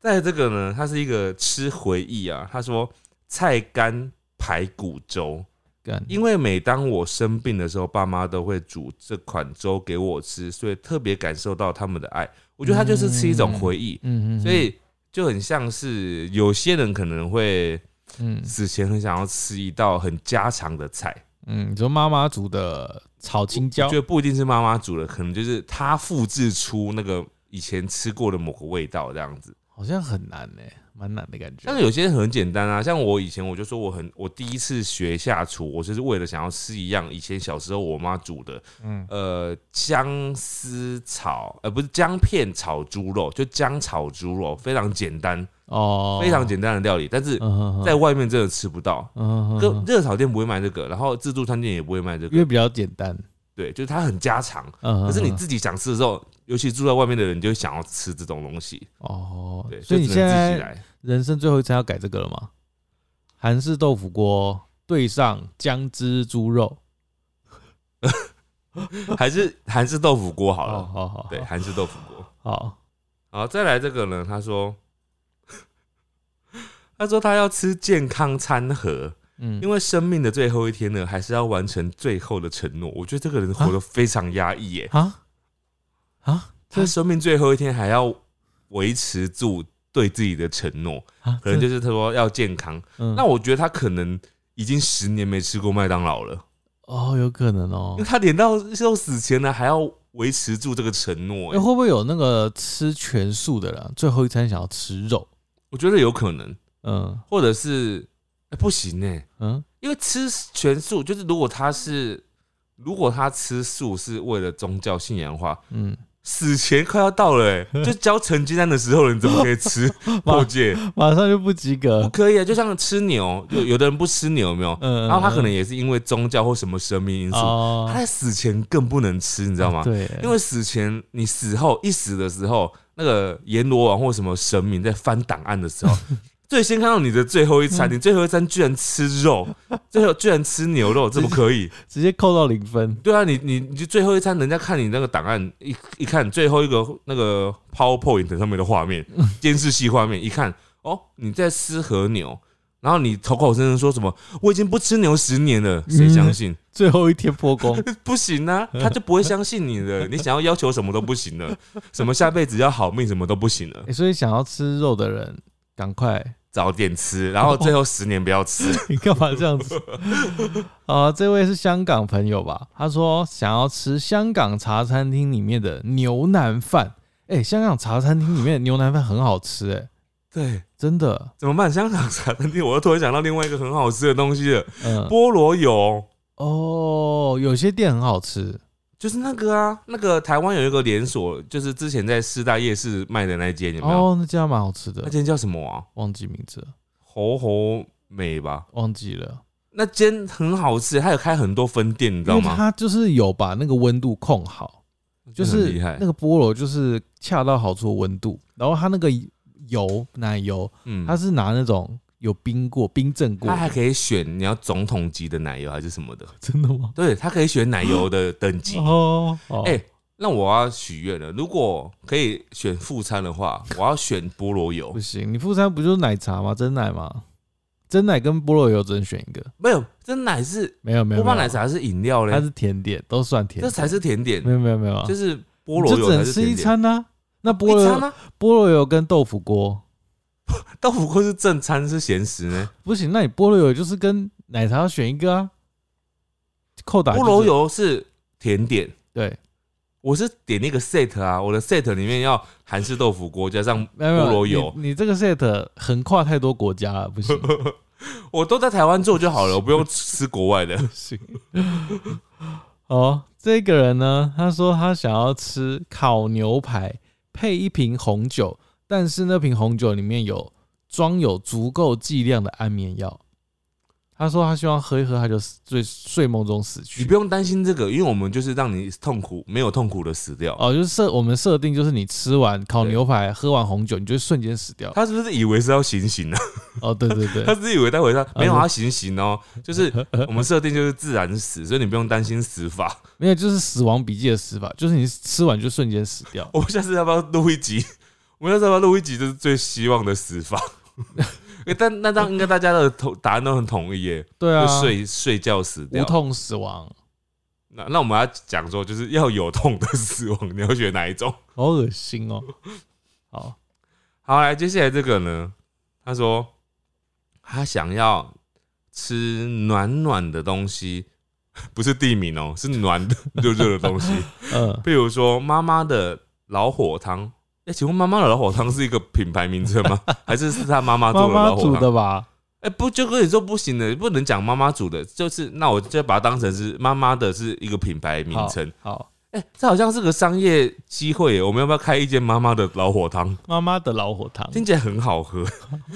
在这个呢，它是一个吃回忆啊。他说菜干排骨
嗯
粥，
干，
因为每当我生病的时候，爸妈都会煮这款粥给我吃，所以特别感受到他们的爱。我觉得它就是吃一种回忆，
嗯嗯，
所以就很像是有些人可能会
嗯
死前很想要吃一道很家常的菜，
嗯，你说妈妈煮的炒青椒
就不一定是妈妈煮的，可能就是她复制出那个以前吃过的某个味道这样子。
好像很难呢、蛮难的感觉。
但是有些人很简单啊，像我以前我就说我很，我第一次学下厨，我就是为了想要吃一样以前小时候我妈煮的，
嗯
呃，姜丝炒，呃，不是姜片炒猪肉，就姜炒猪肉，非常简单，
哦，
非常简单的料理，但是
嗯，
在外面真的吃不到。
嗯，
热热炒店不会卖这个，然后自助餐店也不会卖这
因
个，
为比较简单。
对，就是它很家常。
嗯，
可是你自己想吃的时候，尤其住在外面的人，你就会想要吃这种东西，
哦
对，，
所以你
就只
现
能自
在
己来。
人生最后一餐要改这个了吗？韩式豆腐锅对上姜汁猪肉。
还是韩式豆腐锅好
好
了，
哦好好，
对，韩式豆腐锅。
好，
好，再来这个呢，他说，他说他要吃健康餐盒，
嗯，
因
为
为生命的最后一天呢，还是要完成最后的承诺。我觉得这个人活得非常压抑耶，
啊啊
他生命最后一天还要维持住对自己的承诺，
啊，
可能就是是他说要健康。
嗯
那我觉得他可能已经十年没吃过麦当劳了，
哦，有可能哦
因为。他连到要死前呢还要维持住这个承
哎、
诺、欸，
会不会有那个吃全素的人，最后一餐想要吃肉？
我觉得有可能，
嗯
或者是、哎不行呢、
嗯，
因为吃全素就是如果他是如果他吃素是为了宗教信仰的话，
嗯，
死前快要到了、欸，就交成鸡蛋的时候了，你怎么可 以吃破戒？
马上就不及
不
格。
可以啊！就像吃牛，有有的人不吃牛，有没有？
嗯，
然后他可能
也
也是因为宗教或什么神秘因素，
哦
他，在死前更不能吃，你知道吗？
对，
因为死前你死后一死的时候，那个阎罗王或什么神明在翻档案 的时候，最先看到你的最后一
嗯
餐，你最后一餐居然吃肉，最后居然吃牛肉，怎么 可以？
直接扣到零分。
对啊，你你你就最后一餐，人家看你那个档案一一看最后一个那个 PowerPoint 上面的画 面，监视器画面一看，哦，你在吃和牛，然后你口口声声说什么我已经不吃牛十年了，谁相信？
最后一天破功，
不 行啊，他就不会相信你的，你想要要求什么都不行了，什么下辈子要好命什么都不行了，
欸所以想要吃肉的人，赶快！
早点吃，然后最后十年不要吃，
你干嘛这样子？啊、这位是香港朋友吧？他说想要吃香港茶餐厅里面的牛腩饭。哎、香港茶餐厅里面的牛腩饭很好吃、哎，
对。
真的。
怎么办？香港茶餐厅，我又突然想到另外一个很好吃的东西 了，
嗯，
菠萝油。
哦，有些店很好吃。
就是那个啊，那个台湾有一个连锁，就是之前在四大夜市卖的那一间，有没有？
哦，那家蛮好吃
那
的，
间叫什么啊？
忘记名字了，
猴猴美吧？
忘记了。
那间很好吃，它有开很多分店，你知
因
道
为
吗？
它就是有把那个温度控好，就
真的
是
很厉害
那，个菠萝就是恰到好处的温度，然后它那个油奶油，
嗯
它是拿那种有冰过、冰镇过
它，还可以选你要总统级的奶油还是什么的，
真的吗？
对，它可以选 奶油的等级。
哦，哦
哎、那我要许愿了，如果可以选副餐的话，我要选菠萝油
不，行，你副餐不就是奶茶吗？真奶吗？真奶跟菠萝油只能选一个，
没有，这奶是
没有没有，
波霸
没有
奶茶是饮料
它
嘞，
是甜点，都算甜
这
点，
才是甜点
没，有没有没有啊，
就是菠萝
你就
油
只
才
能
是
吃
甜
一
点。
餐呢。那菠
一
萝
餐
油
啊，
菠萝油跟豆腐锅
豆腐锅是正餐是咸食呢？
不行，那你菠萝油就是跟奶茶要选一个啊，扣 打就
菠
是
萝油是甜点，
对，
我是点那个 set 啊，我的 set 里面要韩式豆腐锅加上
没有没有
菠萝油，
你，你这个 set 横跨太多国家了，不行
我都在台湾做就好了，我不用吃国外 的
不。行。哦，这个人呢，他说他想要吃烤牛排配一瓶红酒，但是那瓶红酒里面有装有足够剂量的安眠药。他说他希望喝一喝，他就死睡睡梦中死
你
去
不。用担心这个，因为我们就是让你痛苦，没有痛苦的死掉。
哦，就是设我们设定就是你吃完烤
对
牛排，喝完红酒，你就瞬间死掉。
他是不是以为是要行刑啊？
哦，对对对，
他是不是以为待会他没有
啊
他行刑哦，就是我们设定就是自然死，所以你不用担心死法。
没有，就是《死亡笔记》的死法，就是你吃完就瞬间死 掉。
我们下次要不要录一集？ 我们下次要不要录一集？就是最希望的死法。 欸但那当应该大家的同答案都很统一耶，
对啊，
就睡睡觉死
无
掉。
痛死亡，
那那我们要讲说，就是要有痛的死亡，你要选哪一种？
好恶心哦。好，
好，来接下来这个呢？他说他想要吃暖暖的东西，不是地名哦、是暖的热热的东西，
嗯，
譬如说妈妈的老火汤。哎、请问妈妈的老火汤是一个品牌名称吗？ 还是是他妈妈
妈
做的
妈
老火
煮
汤？
的吧？
哎、不，就跟你说不行的，不能讲妈妈煮的，就是那我就把它当成是妈妈的是一个品牌名
好
称。
好，
哎、这好像是个商业机会耶，我们要不要开一间妈妈的老火汤？
妈妈的老火汤，
听起来很好喝，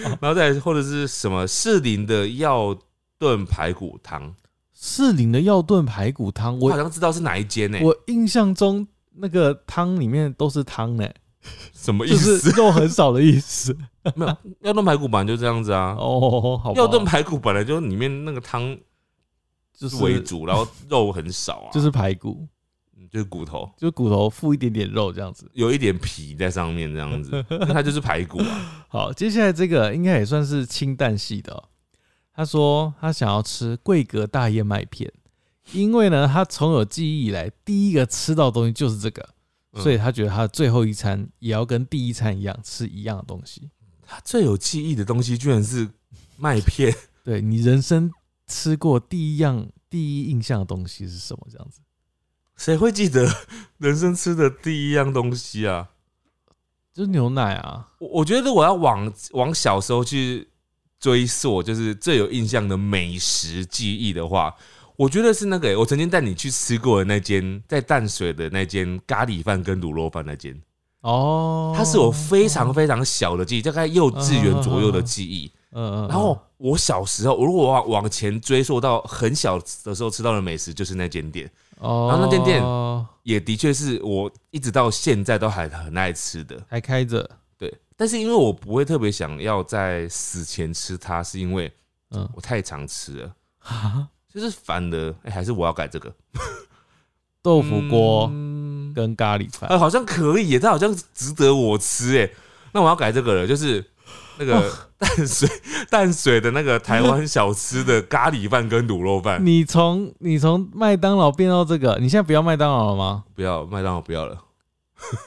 然后再来或者是什么士林的药炖排骨汤，
士林的药炖排骨汤，
我好
我
像知道是哪一间呢？
我印象中那个汤里面都是汤呢，
什么意
就
思
是？肉很少的意思。
没有药炖排骨本来就这样子啊，
哦，好吧，
药炖排骨本来就里面那个汤
就是
为主，然后肉很少啊，
就是排骨，
嗯就是骨头
就骨头附一点点肉这样子。
有一点皮在上面这 样子，那它就是排骨啊。
好，接下来这个应该也算是清淡系的哦、他说他想要吃桂格大燕麦片，因为呢，他从有记忆以来第一个吃到的东西就是这个，
嗯
所以他觉得他的最后一餐也要跟第一餐一样吃一样的东西。
啊他最有记忆的东西居然是麦片，
对你人生吃过第一样第一印象的东西是什么？这样子，
谁会记得人生吃的第一样东西啊？
就是牛奶啊，
我我觉得如果要往往小时候去追溯，就是最有印象的美食记忆的话，我觉得是那个欸、我曾经带你去吃过的那间在淡水的那间咖喱饭跟卤肉饭那间，
哦，
它是我非常非常小的记忆，大概幼稚园左右的记忆。
嗯嗯，
然后我小时候，如果往往前追溯到很小的时候吃到的美食，就是那间店，
哦，
然后那间店也的确是我一直到现在都还很爱吃的。
还开着，
对，但是因为我不会特别想要在死前吃它，是因为
嗯
我太常吃了，
啊，
就是反而、哎还是我要改这个
豆腐锅
嗯
跟咖喱饭
哎、，好像可以耶，它好像值得我吃耶。那我要改这个了，就是那个
哦
淡水淡水的那个台湾小吃的咖喱饭跟卤肉饭，
你从你从麦当劳变到这个，你现在不要麦当劳了 吗？
不要麦当劳不要了，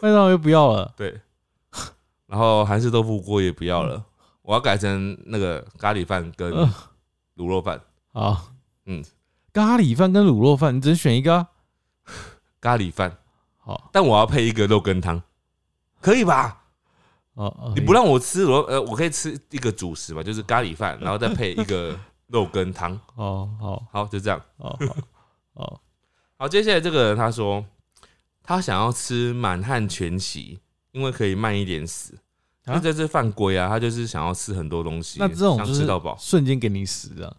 麦当劳又不要了，
对，然后韩式豆腐锅也不要了，我要改成那个咖喱饭跟
嗯
卤肉饭，
好，
嗯，
咖喱饭跟卤肉饭，你只能选一个啊、
咖喱饭，
好，
但我要配一个肉羹汤，可以吧？
哦哦，
你不让我吃我呃，我可以吃一个主食嘛，就是咖喱饭，然后再配一个肉羹汤。
哦，好，
好，就这样。
哦， 好，哦，
好，接下来这个人他说，他想要吃满汉全席，因为可以慢一点死。
啊
那这是犯规啊！他就是想要吃很多东西，
那这种
想
就
吃
是
到饱，
瞬间给你死 的，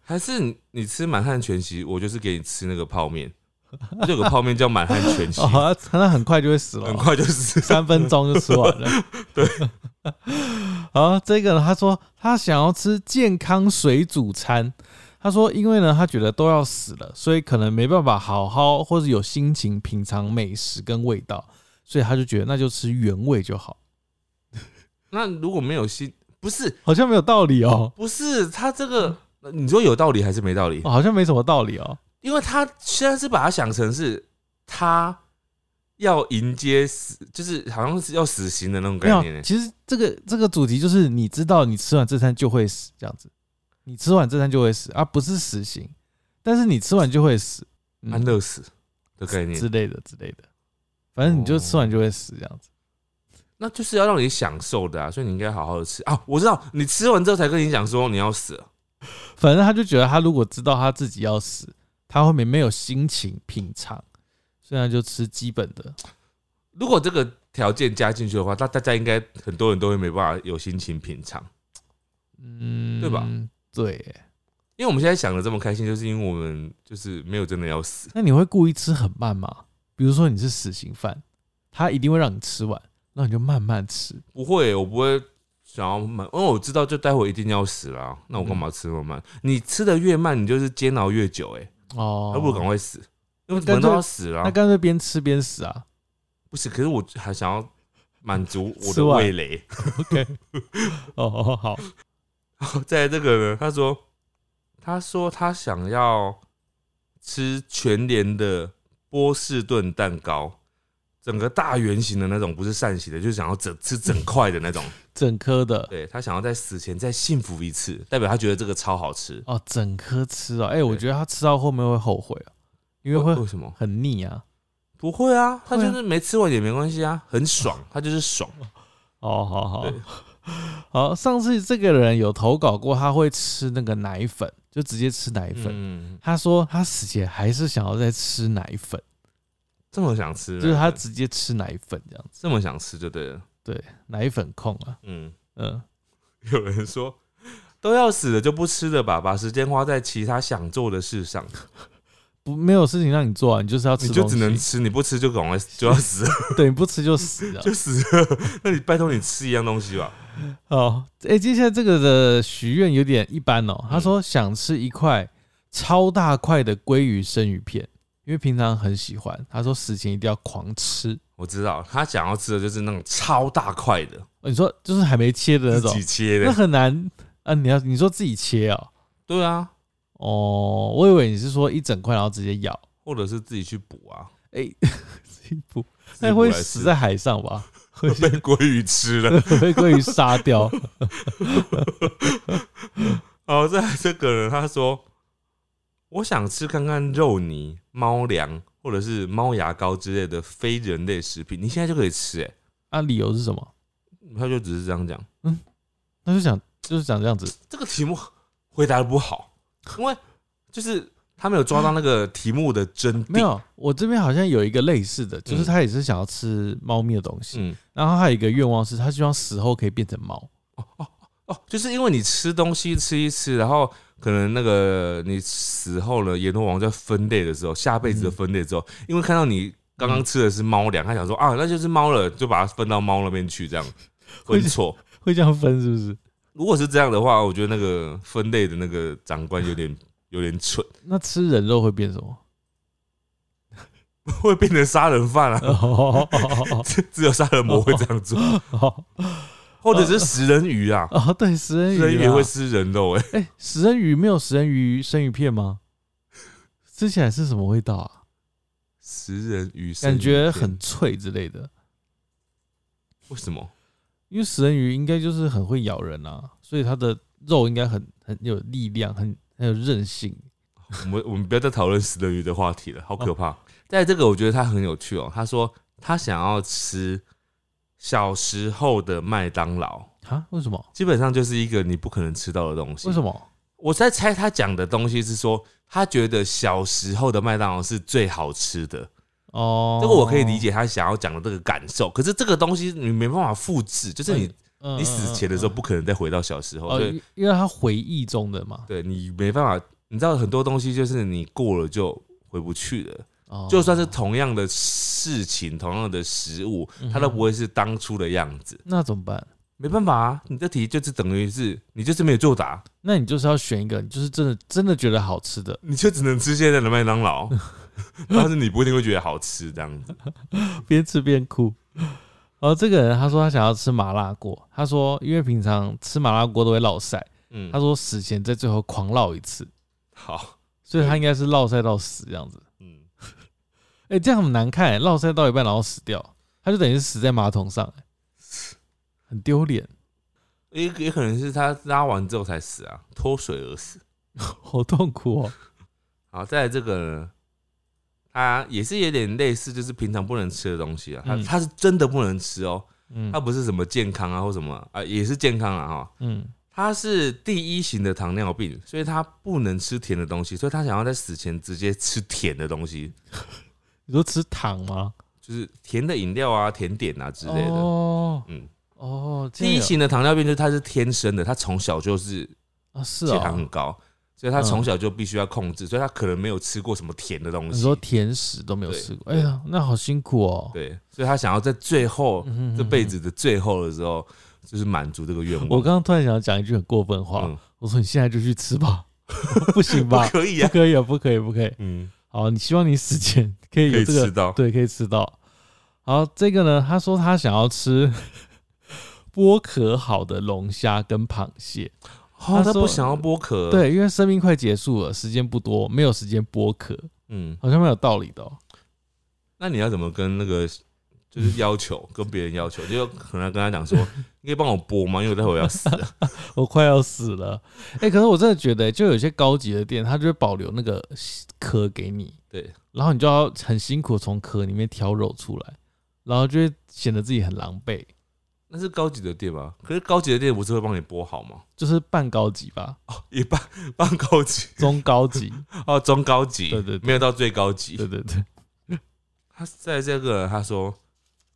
还是你你吃满汉全席，我就是给你吃那个泡面， 这个泡面叫满汉全 席，
哦，那那很快就会死了
很，快就死。
三分钟就吃完了。对， 好，这个呢，他说他想要吃健康水煮餐。他说，因为呢，他觉得都要死了，所以可能没办法好好或者有心情品尝美食跟味道，所以他就觉得那就吃原味就好，
那如果没有心，不是
好像没有道理哦，
不是，他这个你说有道理还是没道理？
嗯哦好像没什么道理哦。
因为他现在是把它想成是他要迎接死，就是好像是要死刑的那种
没
概
有
念，欸。
其实这个这个主题就是你知道你吃完这餐就会死这样子，你吃完这餐就会死，而、啊不是死刑，但是你吃完就会死，嗯
安乐死的概念哦
之，类的之类的，反正你就吃完就会死这样子。
那就是要让你享受的啊，所以你应该好好的吃啊。我知道你吃完之后才跟你讲说你要死了，
反正他就觉得他如果知道他自己要死，他后面没有心情品尝，所以他就吃基本的。
如果这个条件加进去的话，那大家应该很多人都会没办法有心情品尝，
嗯，
对吧？
对耶，
因为我们现在想的这么开心，就是因为我们就是没有真的要死。
那你会故意吃很慢吗？比如说你是死刑犯，他一定会让你吃完，那你就慢慢吃。
不会，我不会想要慢，因为我知道就待会一定要死啦。那我干
嗯
嘛吃那么慢？你吃的越慢，你就是煎熬越久、欸，哎、
哦，哎
还不如赶快死，因为
干脆
人都要死了
那
啊。
干脆边吃边死啊。
不是，可是我还想要满足我
吃
的
完
味蕾。
OK，哦哦好，
在这个呢，他说，他说他想要吃全联的波士顿蛋糕，整个大圆形的那种，不是扇形的，就是想要整吃整块的那 种。
整颗的
对他想要在死前再幸福一次，代表他觉得这个超好吃。
哦，整颗吃哦。哎、我
对
觉得他吃到后面会后悔啊，因为会
为什么？
很腻啊。
不会啊，他
会
就
啊
是没吃完也没关系啊，很爽，他就是爽。
哦，好好
对
好，上次这个人有投稿过，他会吃那个奶粉，就直接吃奶粉。
嗯，
他说他死前还是想要再吃奶粉，
这么想吃，
就是他直接吃奶粉这样子，
这么想吃就对了。
奶粉控啊，
嗯，
嗯，
有人说都要死了就不吃了吧，把时间花在其他想做的 事上，
不没有事情让你做啊，你就是要吃
你
东西，
就只能吃，你不吃就赶快就要死了，
对，你不吃就死了。
就死了。那你拜托你吃一样东西吧。
哦，哎、接下来这个的许愿有点一般
嗯
哦。他说想吃一块超大块的鲑鱼生鱼片，因为平常很喜欢。他说死前一定要狂吃。
我知道他想要吃的就是那种超大块的，
哦你说就是还没切的那
自
种
己，切
那
的。
很难啊！你要你说自己切哦，
对啊，
哦，我以为你是说一整块然后直接咬，
或者是自己去补啊，
哎、 这一步
自己
那
补
会
来
死
吃
在海上吧？会
被鲑鱼吃了。
被鲑鱼杀掉？
哦，再来这个人他说，我想吃看看肉泥、猫粮或者是猫牙膏之类的非人类食品，你现在就可以吃、欸。
啊，理由是什么？
他就只是这样讲，
他就想就是讲这样子，
这个题目回答的不好，因为就是他没有抓到那个题目的真谛。
没，有，我这边好像有一个类似的，就是他也是想要吃猫咪的东西，
嗯，
然后还有一个愿望是他希望死后可以变成猫。
哦，就是因为你吃东西吃一吃，然后可能那个你死后了，阎罗王在分类的时候，下辈
嗯
子的分类之后，因为看到你刚刚吃的是猫粮，他想说啊，那就是猫了，就把它分到猫那边去，这样
会
分错。
会这样分是不是？
如果是这样的话，我觉得那个分类的那个长官有点有点蠢，
那吃人肉会变什 么？
会变成杀人犯啊！
哦
只有杀人魔会这样做，
哦
或者是食人鱼啊，
哦，对，食人鱼
食
啊，
人鱼也会吃人肉哎、
哎，食人鱼没有食人鱼生鱼片吗？吃起来是什么味道啊？
食人鱼生鱼
感觉
片
很脆之类的。
为什么？
因为食人鱼应该就是很会咬人啊，所以它的肉应该很很有力量，很很有韧性。
我们我们不要再讨论食人鱼的话题了，好可
哦
怕。在这个，我觉得他很有趣哦。他说他想要吃小时候的麦当劳，
啊？为什么？
基本上就是一个你不可能吃到的东西。
为什？么？
我在猜他讲的东西是说，他觉得小时候的麦当劳是最好吃的。
哦，
这个我可以理解他想要讲的这个感受。可是这个东西你没办法复制，就是你
嗯。嗯
你死前的时候不可能再回到小时候，
哦，
对
因因为它回忆中的嘛。
对，你没办法。你知道很多东西就是你过了就回不去了。
哦
就算是同样的事情、同样的食物，它都不会是当初的样子。
嗯那怎么办？
嗯没办法啊，你这题就是等于是你就是没有作答，
那你就是要选一个，你就是真的真的觉得好吃的，
你就只能吃现在的麦当 劳，但是你不一定会觉得好吃这样子。
边吃边哭。然后这个人他说他想要吃麻辣锅，他说因为平常吃麻辣锅都会落晒，
嗯
他，说死前在最后狂落一次，
好，
所以他应该是落晒到死这样子。
嗯，
哎、这样很难看、欸，落塞到一半然后死掉，他就等于是死在马桶上、欸，很丢脸，
也也可能是他拉完之后才死啊，脱水而死。
好痛苦 哦、
好，再来这个呢，它也是有点类似，就是平常不能吃的东西啊，它
嗯
它是真的不能吃哦，
嗯
它不是什么健康啊或什么啊，也是健康啊哈。
嗯，
他是第一型的糖尿病，所以他不能吃甜的东西，所以他想要在死前直接吃甜的东西，
你说吃糖吗？
就是甜的饮料啊、甜点啊之类的。
哦，
嗯，
哦，这样
第一
有
型的糖尿病就是他是天生的，他从小就是
啊，是
血糖
哦
很，高，所以他从小就必须要控制，所以他可能没有吃过什么甜的东
嗯你
西。
说甜食都没有
对
吃过，哎呀，那好辛苦哦、
对，所以他想要在最后、
嗯哼
这辈，子的最后的时候，就是满足这个愿望。
我刚刚突然想讲一句很过分的话，
嗯
我说你现在就去吃吧， 不行吧？
可以
不
啊，
可以啊，不可以，不可以。
嗯，
好，你希望你死 前可以
可
有
以
这个
吃到。
对，可以吃到。好，这个呢，他说他想要吃 剥壳好的龙虾跟螃蟹，
哦，
他
他
说
不想要剥壳。，
对，因为生命快结束了，时间不多，没有时间剥壳，
嗯，
好像蛮有道理的、哦。
那你要怎么跟那个就是要 求跟别人要求，就可能跟他讲说，你可以帮我播吗？因为我待会儿要死 了。
我快要死了，哎、可是我真的觉得、就有些高级的店，它就会保留那个壳给你，
对，
然后你就要很辛苦从壳里面挑肉出来，然后就会显得自己很狼狈，
那是高级的店吧？可是高级的店不是会帮你播好吗？
就是半高级吧，
一半半高级
中高 级，
哦，中高级，
对对对
没有到最高级。
对对对，
他在这个他说，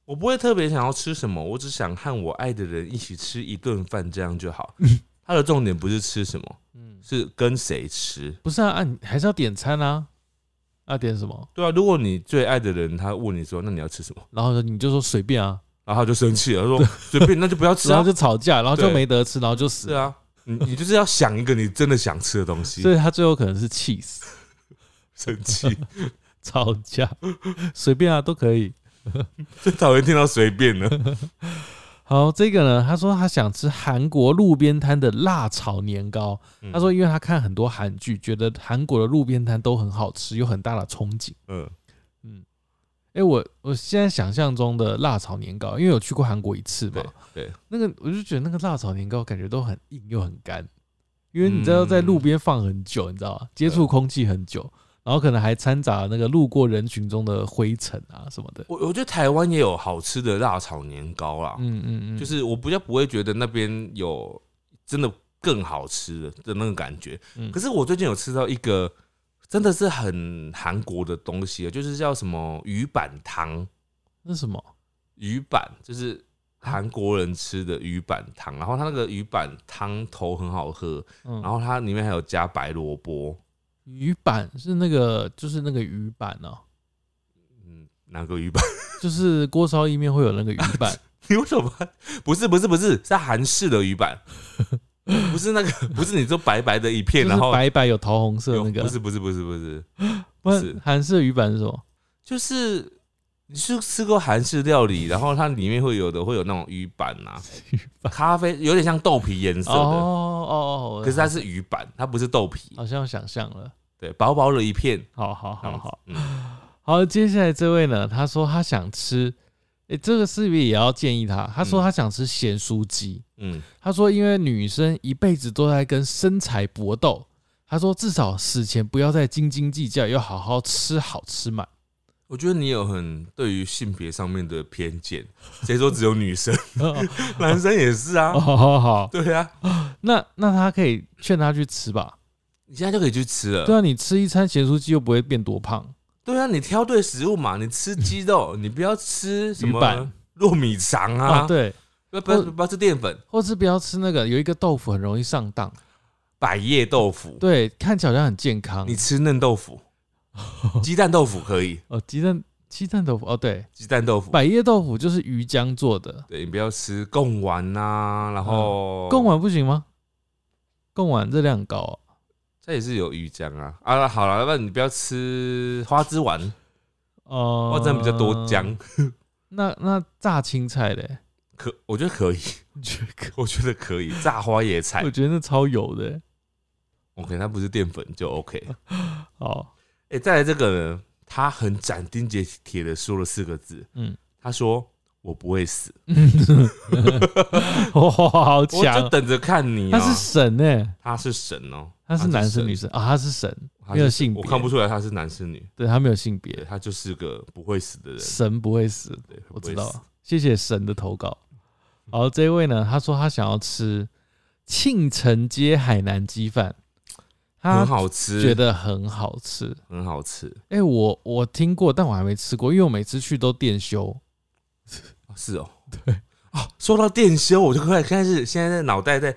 我不会特别想要吃什么，我只想和我爱的人一起吃一顿饭，这样就好。他的重点不是吃什么，
嗯，
是跟谁吃。
不是啊，啊，你还是要点餐啊，啊，点什么？
对啊，如果你最爱的人他问你说，那你要吃什么？
然后你就说随便啊，
然后他就生气了，他说随便，那就不要吃
然
啊
后。就吵架，然后就
对
没得吃，然后就死
是。啊，你你就是要想一个你真的想吃的东西
所，以他最后可能是气死，
生气。
吵架，随便啊都可以。
最讨厌听到随便了。
好，这个呢，他说他想吃韩国路边摊的辣炒年糕。
嗯
他说，因为他看很多韩剧，觉得韩国的路边摊都很好吃，有很大的憧憬。
嗯，
哎、我我现在想象中的辣炒年糕，因为有去过韩国一次嘛
对，对，
那个我就觉得那个辣炒年糕感觉都很硬又很干，因为你知道
嗯
在路边放很久，你知道吧？接触空气很久，然后可能还掺杂那个路过人群中的灰尘啊什么的。
我我觉得台湾也有好吃的辣炒年糕啦，
嗯嗯嗯，
就是我比较不会觉得那边有真的更好吃的的那个感觉。
嗯
可是我最近有吃到一个真的是很韩国的东西，啊就是叫什么鱼板汤，
那什么，
鱼板就是韩国人吃的鱼板汤，然后它那个鱼板汤头很好喝，
嗯，
然后它里面还有加白萝卜，
鱼板是那个，就是那个鱼板哦、
嗯，哪个鱼板？
就是锅烧意面会有那个鱼板，
你为什么？不是不是不是，是韩式的鱼板，不是那个，不是你说白白的一片，
就是
然后
白白有桃红色
有
那个，
不是不是不是不是，
不
是
是韩式的鱼板是什 么？
就是你是吃过韩式料理，然后它里面会有的会有那种鱼板啊，咖啡有点像豆皮颜色
哦
的，
哦哦，
可是它是鱼板，它不是豆皮，
好像想象了，
对，薄薄的一片。
好好
这
好
样子
好，
嗯，
好，接下来这位呢，他说他想吃，诶、这个是不是也要建议他？他说他想吃咸酥鸡，
嗯，
他说因为女生一辈子都在跟身材搏斗，他说至少死前不要再斤斤计较，要好好吃好吃满。
我觉得你有很对于性别上面的偏见，谁说只有女生， 男生也是啊
哦，，好好，
对啊，
那那他可以劝他去吃吧？
你现在就可以去吃了
对。啊，你吃一餐咸酥鸡又不会变多胖。
对啊，你挑对食物嘛，你吃鸡肉，你不要吃什么
鱼板
糯米肠啊，
啊，对，哦
不要不要不要吃淀粉，
或是不要吃那个有一个豆腐很容易上当，
百叶豆腐，
对，看起来好像很健康
你。吃嫩 豆腐，鸡蛋豆腐可以，
哦，鸡蛋鸡蛋豆腐，哦对，
鸡蛋豆腐，
百叶豆腐就是鱼浆做的，
对你不要吃贡丸啊，然后
哦贡丸不行吗？贡丸热量很高哦，
这也是有鱼浆啊啊，好了，那你不要吃花枝丸，
哦
花枝丸比较多浆，
那那榨青菜 嘞，
可我觉得可以，
你觉得可
我觉得可以， 炸花椰菜
我觉得那超油的。
，OK，它不是淀粉就 OK。
哦，
哎、再来这个呢，他很斩钉截铁的说了四个字，
嗯
嗯，他说我不会死，
哇，好
我就
强！
等着看你、啊。
他是神呢，
他是神哦、
他是男生
神
女，生啊，他是神，
他是
没有性别
我看不出来他是男是女，
对他没有性
对
别，
他就是个不会死的人，
神不会死，
对，
我
不会
知
死
道，啊谢谢神的投稿。好，这一位呢，他说他想要吃庆城街海南鸡饭，
很
他
好吃，
觉得很好吃。
很好吃，
哎、我我听过，但我还没吃过，因为我每次去都店休。
啊是哦、对啊，说到电修，我就快开始现在在脑袋在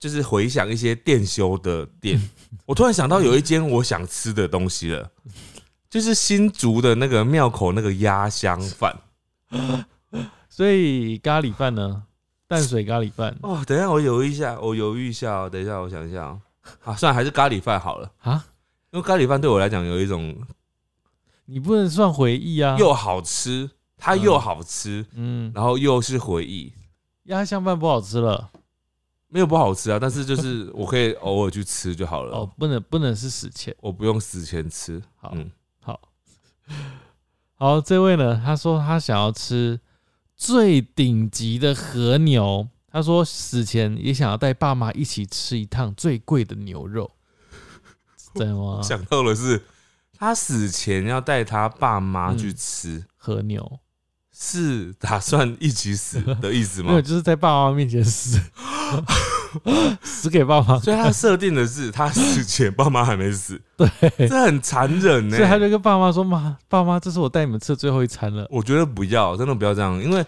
就是回想一些电修的 店，我突然想到有一间我想吃的东西了，就是新竹的那个庙口那个鸭香饭。
所以咖喱饭呢，淡水咖喱 饭
哦，等一下，我犹豫一下，我犹豫一下、哦，等一下，我想一下、哦。啊，算了，还是咖喱饭好了，
啊，
因为咖喱饭对我来讲有一种
你不能算回忆啊。
又好吃，它又好吃，
嗯，
然后又是回忆，
鸭香饭不好吃了
没有不好吃啊，但是就是我可以偶尔去吃就好了，
哦，不能不能是死前。
我不用死前吃。
好，
嗯，
好，好，这位呢，他说他想要吃最顶级的和牛，他说死前也想要带爸妈一起吃一趟最贵的牛肉，真的吗？
想到的是他死前要带他爸妈去
嗯
吃，
和牛
是打算一起死的意 思
没有，
吗？
就是在爸妈面前死，死给爸 妈，
所以他设定的是他死前爸妈还没 死，对，这很残忍欸呢、
所以他就跟爸妈说：“妈，爸妈，这是我带你们吃的最后一餐了。
我觉得不要，真的不要这样，因为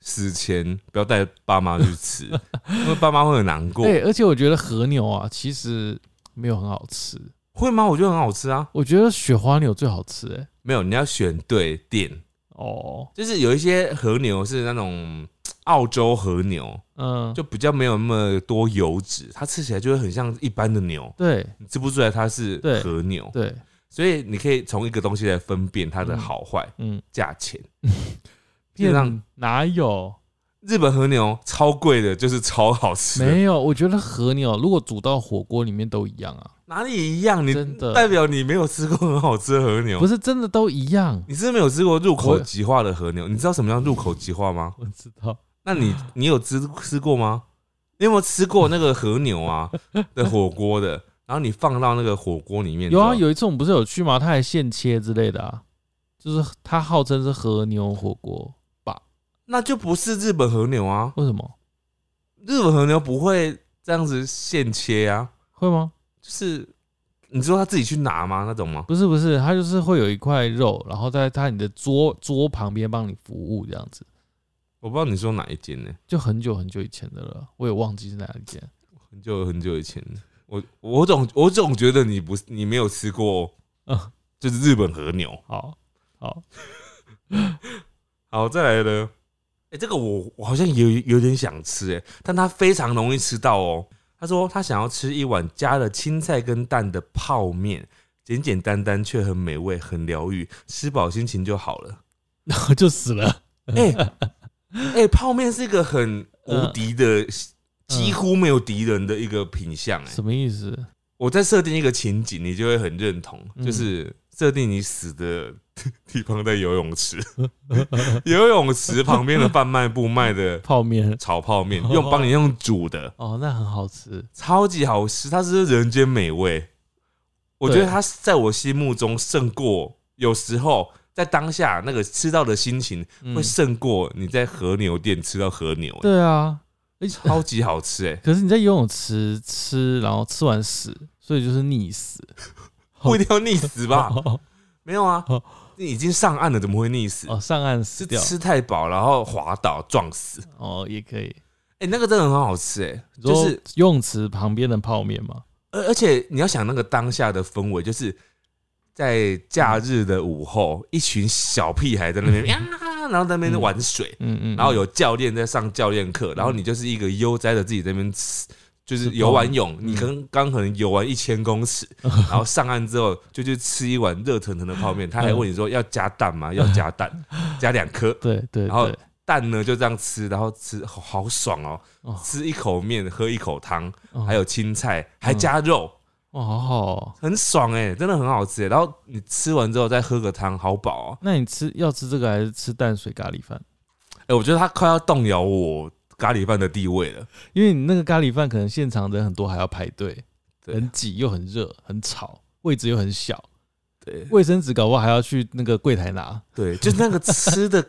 死前不要带爸妈 去吃，因为爸妈会很难”过。
对，而且我觉得和牛啊，其实没有很好吃，
会吗？我觉得很好吃啊。
我觉得雪花牛最好吃、哎，
没有，你要选对店，
哦，
就是有一些和牛是那种嘖澳洲和牛，
嗯，
就比较没有那么多油脂，它吃起来就会很像一般的牛，
对
你吃不出来它是
对
和牛。
对，
所以你可以从一个东西来分辨它的好坏、
嗯。
价钱。基
店
本上
哪有？
日本和牛超贵的，就是超好吃的
没有，我觉得和牛如果煮到火锅里面都一样啊，
哪里一样？你
真的
代表你没有吃过很好吃的和牛
不？是真的都一样。
你是不是没有吃过入口
我
即化的和牛？你知道什么叫入口即化吗？
我知道，
那你你有吃吃过吗？你有没有吃过那个和 牛啊的火锅的？然后你放到那个火锅里面之
有
后，
啊，有一次我们不是有去吗？他还现切之类的啊，就是他号称是和牛火锅，
那就不是日本和牛啊，
为什么
日本和牛不会这样子现切啊，
会吗？
就是你知道他自己去拿吗？那种吗？
不是不是，他就是会有一块肉，然后在他你的桌桌旁边帮你服务这样子，
我不知道你说哪一间呢、
就很久很久以前的了，我也忘记是哪一间。
很久很久以前，我我总我总觉得你不是你没有吃过，
嗯，
就是日本和牛。
好 好，
好，再来呢？哎、这个我我好像有有点想吃哎、但它非常容易吃到哦、他说他想要吃一碗加了青菜跟蛋的泡面，简简单单却很美味，很疗愈，吃饱心情就好了。
然后就死了。
哎、哎、泡面是一个很无敌
嗯
的，几乎没有敌人的一个品相哎、
什么意思？
我在设定一个情景，你就会很认同，
嗯
就是设定你死的 地方在游泳池， 游泳池旁边的贩卖部卖的
泡面
炒 泡面，用帮你用煮的，
哦，那很好吃。
超级好吃，它是人间美味。我觉得它在我心目中胜过，有时候在当下那个吃到的心情
嗯
会胜过你在和牛店吃到和牛、欸，
对啊，而且
超级好吃 哎、欸
可是你在游泳池吃，然后吃完屎，所以就是溺死。
不一定要溺死 吧？
哦
没有啊
哦，
你已经上岸了，怎么会溺死？
哦，上岸
是
死掉
吃太饱然后滑倒撞死。
哦，也可以。
哎、那个真的很好吃哎、
你说
就是
游泳池旁边的泡面嘛，
而而且你要想那个当下的氛围，就是在假日的午后，一群小屁孩在那边呀，然后在那边玩水，
嗯嗯，
然后有教练在上教练课，然后你就是一个悠哉的自己在那边吃。就是游完泳，
嗯
你可能刚可能游完一千 公尺，然后上岸之后就去吃一碗热腾腾的泡面。他还问你说要加蛋吗？要 加蛋，加两颗。
嗯对对
然后
对，
蛋呢就这样吃，然后吃好好爽哦，
哦
吃一口面，喝一口汤，
哦嗯
还有青菜，还加肉，
哇，好好哦。
很爽哎、真的很好吃哎、然后你吃完之后再喝个汤，好饱哦、
那你吃要吃这个还是吃淡水咖喱饭？
哎、我觉得它快要动摇我咖喱饭的地位了。
因为你那个咖喱饭可能现场人很多，还要排队，
对
很挤又很热，很吵，位置又很小，
对
卫生纸搞不好还要去那个柜台拿。
对，就是那个 吃的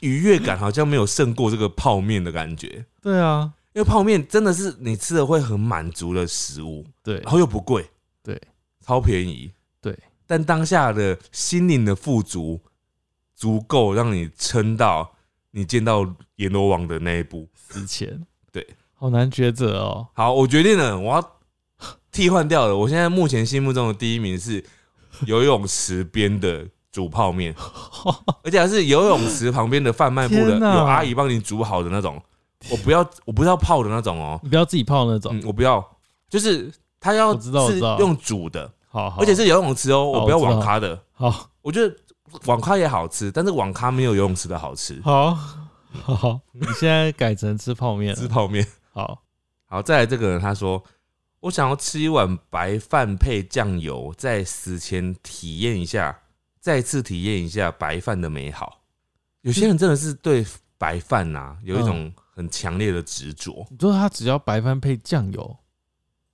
愉悦感好像没有胜过这个泡面的感觉，
对啊，
因为泡面真的是你吃的会很满足的食物，
对
然后又不贵，
对，
超便宜，
对。
但当下的心灵的富足，足够让你撑到你见到阎罗王的那一步。
之前
对，
好难抉择哦。
好，我决定了，我要替换掉了。我现在目前心目中的第一名是游泳池边的煮泡 面，而且还是游泳池旁边的贩卖部的，
天哪
有阿姨帮你煮好的那种。我不要，我不要泡的那种哦、
你不要自己泡那种，
嗯，我不要，就是它要
我知道我
是
知道
用煮的，
好好，
而且是游泳池哦、
好
我不要
我知道
网咖的。
好
我觉得网咖也好吃，但是网咖没有游泳池的好吃。
好好好，你现在改成吃泡面
吃
了。
泡面。
好，
好，再来这个人他说，我想要吃一碗白饭配酱油，在死前体验一下，再次体验一下白饭的美好。有些人真的是对白饭呐、有一种
嗯
很强烈的执着，
你说他只要白饭配酱油，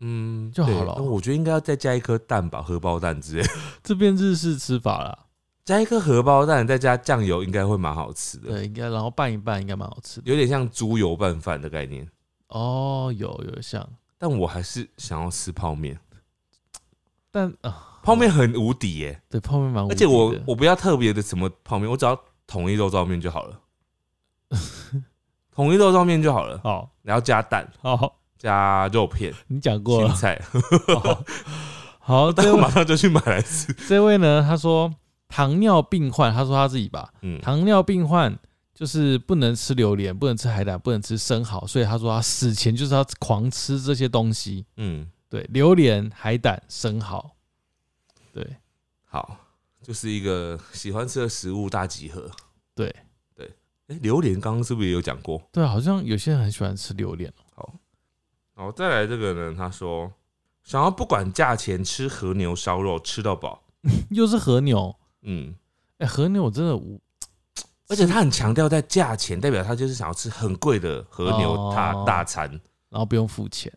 嗯，
就好
对
了
那我觉得应该要再加一颗蛋吧，荷包蛋之类的，
这变日式吃法啦。
加一颗荷包蛋，再加酱油，应该会蛮好吃的，
对，应该然后拌一拌，应该蛮好吃的。
有点像猪油拌饭的概念。
哦，有有像，
但我还是想要吃泡面，
但啊，
泡面很无敌耶、
对泡面蛮无
而
敌
且
的，
我我不要特别的什么泡面，我只要统一肉燥面就好了， 统一肉燥面就好了，
好
然后加蛋、
好，
加肉片、
你讲过
青
了。
菜，
好， 好
但
这
我
位
马上就去买来吃。
这位呢，他说糖尿病患，他说 他自己吧，
嗯，
糖尿病患就是不能吃榴莲，不能吃海胆，不能吃生蚝，所以他说他死前就是要狂吃这些东西。
嗯，
对，榴莲、海胆、生蚝，对，
好，就是一个喜欢吃的食物大集合。
对
对，哎、榴莲刚刚是不是也有讲过？
对，啊好像有些人很喜欢吃榴莲。哦
好，再来这个呢，他说想要不管价钱吃和牛烧肉吃到饱。
又是和牛，
嗯，
哎、和牛我真的无
而且他很强调在价钱，代表他就是想要吃很贵的和牛大
哦
大餐。
然后不用付钱。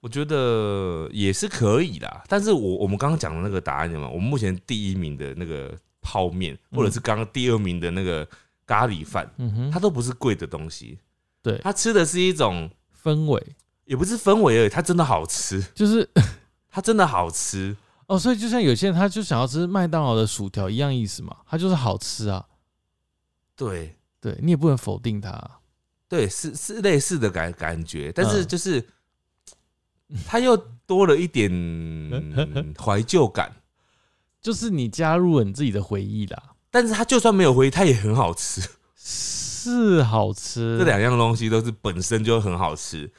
我觉得也是可以啦，但是我我们刚刚讲的那个答案有没有？我们目前第一名的那个泡面，
嗯
或者是刚刚第二名的那个咖喱饭，
嗯哼，
它都不是贵的东西，
对
它吃的是一种
氛围
也不是氛围而已，它真的好吃，
就是
它真的好吃，
哦，所以就像有些人他就想要吃麦当劳的薯条一样意思嘛，它就是好吃啊，
对
对你也不能否定它啊、
对，是是类似的感感觉，但是
嗯
就是、它又多了 一点怀旧感，
就是你加入了你自己的回忆啦，
但是它就算没有回忆，它也很好吃，
是好吃。
这两样东西都是本身就很好吃。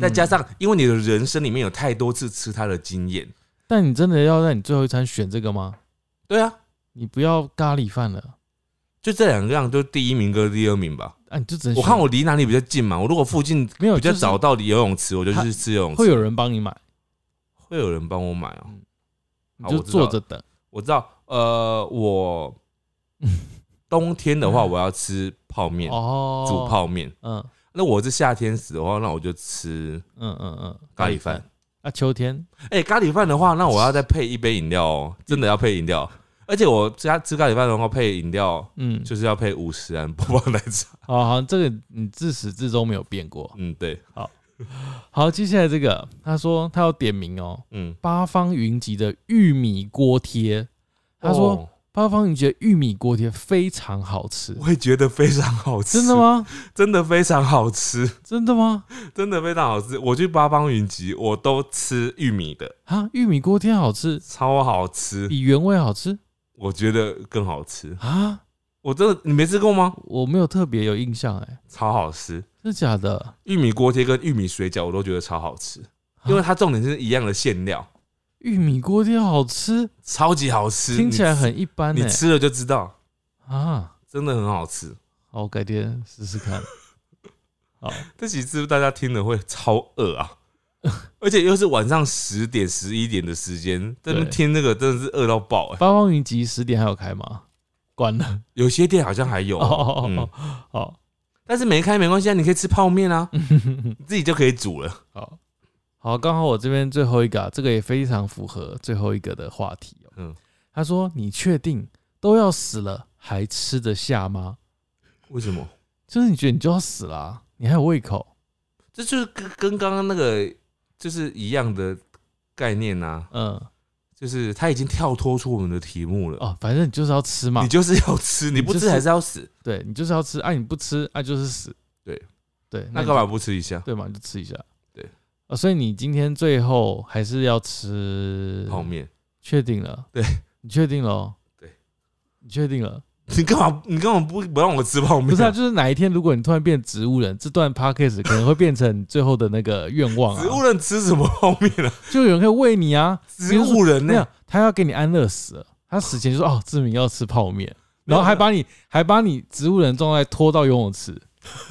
再加上
嗯，
因为你的人生里面有太多次吃它的经验，
但你真的要在你最后一餐选这个吗？
对啊，
你不要咖喱饭了，
就这两样，就第一名跟第二名吧。
啊，你就只能
我
选
看我离哪里比较近嘛，我如果附近
没有
比较
就是
找到啊游泳池，我就
它
去吃游泳池。
会有人帮你买，
会有人帮我买哦、
你
好
就
我知道
坐着等。
我知道，呃， 我冬天的话我要吃泡面，
哦，
煮，泡面。
嗯
那我是夏天死的话，那我就吃
嗯嗯嗯，
咖喱饭。
啊，秋天
哎、咖喱饭的话，那我要再配一杯饮料哦、真的要配饮料。而且我家吃咖喱饭的话，配饮料
嗯，
就是要配五十安波霸奶 茶。
好好，这个你自始至终没有变过。
嗯，对，
好，接下来这个，他说他要点名哦，
嗯，
八方云集的玉米锅贴，他说、
哦
八方云集的玉米锅贴非常好吃，
我也觉得非常好吃，
真的？吗？
真的非常好吃，
真的吗？
真的非常好吃。我去八方云集，我都吃玉米的，
啊，玉米锅贴好吃，
超好吃，
比原味好吃
我觉得更好吃。
啊？
我真的，你没吃过吗？
我没有特别有印象哎、
超好吃，
真的假的？
玉米锅贴跟玉米水饺我都觉得超好吃，
啊
因为它重点是一样的馅料，
玉米锅贴好吃，
超级好吃。
听起来
你
很一般
你
哎、
吃了就知道，
啊！
真的很好吃。
好，我改天试试看。 好，
这几次大家听了会超饿啊， 而且又是晚上十点、十一点的时间，在那边
对
听那个真的是饿到爆哎、
八方云集十点还有开吗？关了。
有些店好像还有
哦
啊、
哦
嗯
哦哦，好
但是没开没关系啊，你可以吃泡面啊， 你自己就可以煮了。
好好，刚好我这边最后一个、啊，这个也非常符合最后一个的话题哦。
嗯，
他说：“你确定都要死了还吃得下吗？
为什么？
就是你觉得你就要死了啊、你还有胃口？
这就是跟跟刚刚那个就是一样的概念啊，
嗯，
就是它已经跳脱出我们的题目了。
哦，反正你就是要吃嘛
你，就是要吃，你不
你就
吃
是
还是要死，
对你就是要吃，啊，你不吃啊就是死，
对
对，
那
你
干嘛
就？
不吃一下
对嘛，你就吃一下，
对
啊，所以你今天最后还是要吃
泡，面？
确定了？
对，
你确定了哦？
对，
你确定了？
你干嘛？你干嘛不不让我吃泡面？
不是啊，就是哪一天如果你突然变植物人，这段 podcast 可能会变成你最后的那个愿望
植物
啊，
人吃什么泡面啊？
就有人可以喂你啊，比
植
如说
物人
没
呢、
有，他要给你安乐死了。他死前就说：“哦，志明要吃泡面，然后还把你还把你植物人状态拖到游泳池，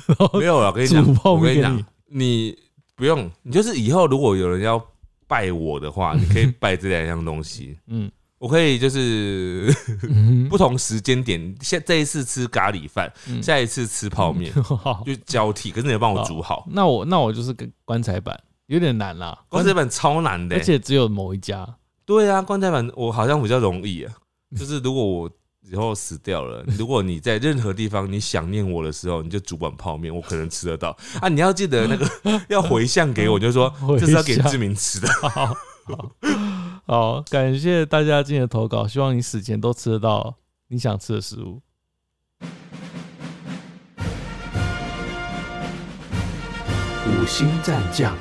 然后
没有了，我跟你
煮
讲，
泡
我跟
面
你
给
讲
你。，
你不用，你就是以后如果有人要拜我 的话，你可以拜这两样东西。
嗯
我可以就是
嗯，
不同时间点，下这一次吃咖喱饭，
嗯
下一次吃泡面，
好
就交替。可是你要帮我煮好，
那我那我就是个棺材板，有点难啦。
棺材板超难的、欸
而且只有某一家。
对啊，棺材板我好像比较容易啊。就是如果我以后死掉了， 如果你在任何地方你想念我的时候，你就煮碗泡面，我可能吃得到啊。你要记得那个要回向给我，就说
回
这是要给
向
志明吃的。
好好好，感谢大家今天的投稿，希望你死前都吃得到你想吃的食物。
五星战将。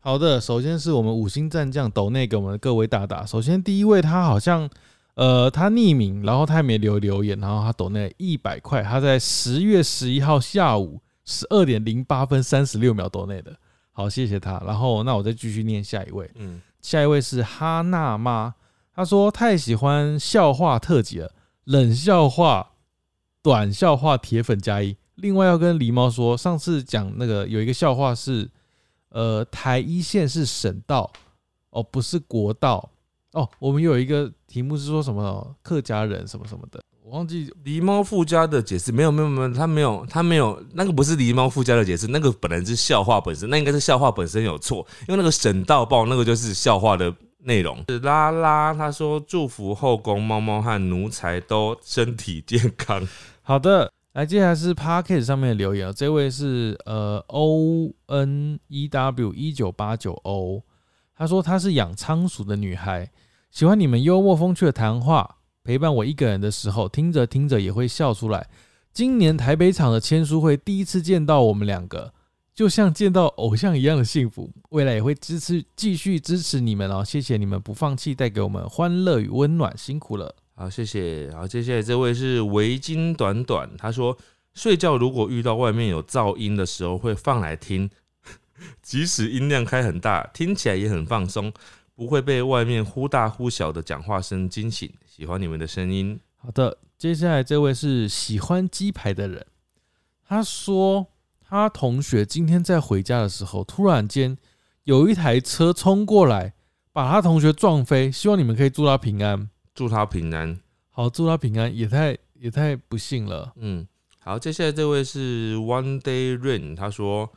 好的，首先是我们五星战将斗内给我们的各位大大。首先第一位，他好像呃，他匿名，然后他也没留留言，然后他斗内一百块，他在十月十一号下午十二点零八分三十六秒斗内的。好，谢谢他。然后那我再继续念下一位，
嗯，
下一位是哈娜妈，她说太喜欢笑话特辑了，冷笑话、短笑话铁粉加一。另外要跟狸猫说，上次讲那个有一个笑话是，呃，台一线是省道哦，不是国道哦。我们有一个题目是说什么客家人什么什么的，我忘记
狸猫附加的解释没有没有没有，他没有他没有那个不是狸猫附加的解释，那个本来是笑话本身，那应该是笑话本身有错，因为那个省到爆那个就是笑话的内容。拉拉他说祝福后宫猫猫和奴才都身体健康，
好的，来接下来是 p o c k e t 上面的留言哦，这位是呃 O N E W 一九八九 O，他说她是养仓鼠的女孩，喜欢你们幽默风趣的谈话，陪伴我一个人的时候，听着听着也会笑出来。今年台北场的签书会第一次见到我们两个，就像见到偶像一样的幸福。未来也会支持继续支持你们哦，谢谢你们不放弃，带给我们欢乐与温暖，辛苦了。
好，谢谢。好，接下来这位是围巾短短，他说睡觉如果遇到外面有噪音的时候，会放来听， 即使音量开很大，听起来也很放松，不会被外面忽大忽小的讲话声惊醒。喜欢你们的声音，
好的，接下来这位是喜欢鸡排的人，他说他同学今天在回家的时候，突然间有一台车冲过来，把他同学撞飞，希望你们可以祝他平安。
祝他平安。
好，祝他平安，也太也太不幸了。
嗯，好，接下来这位是 One Day Rain，他说，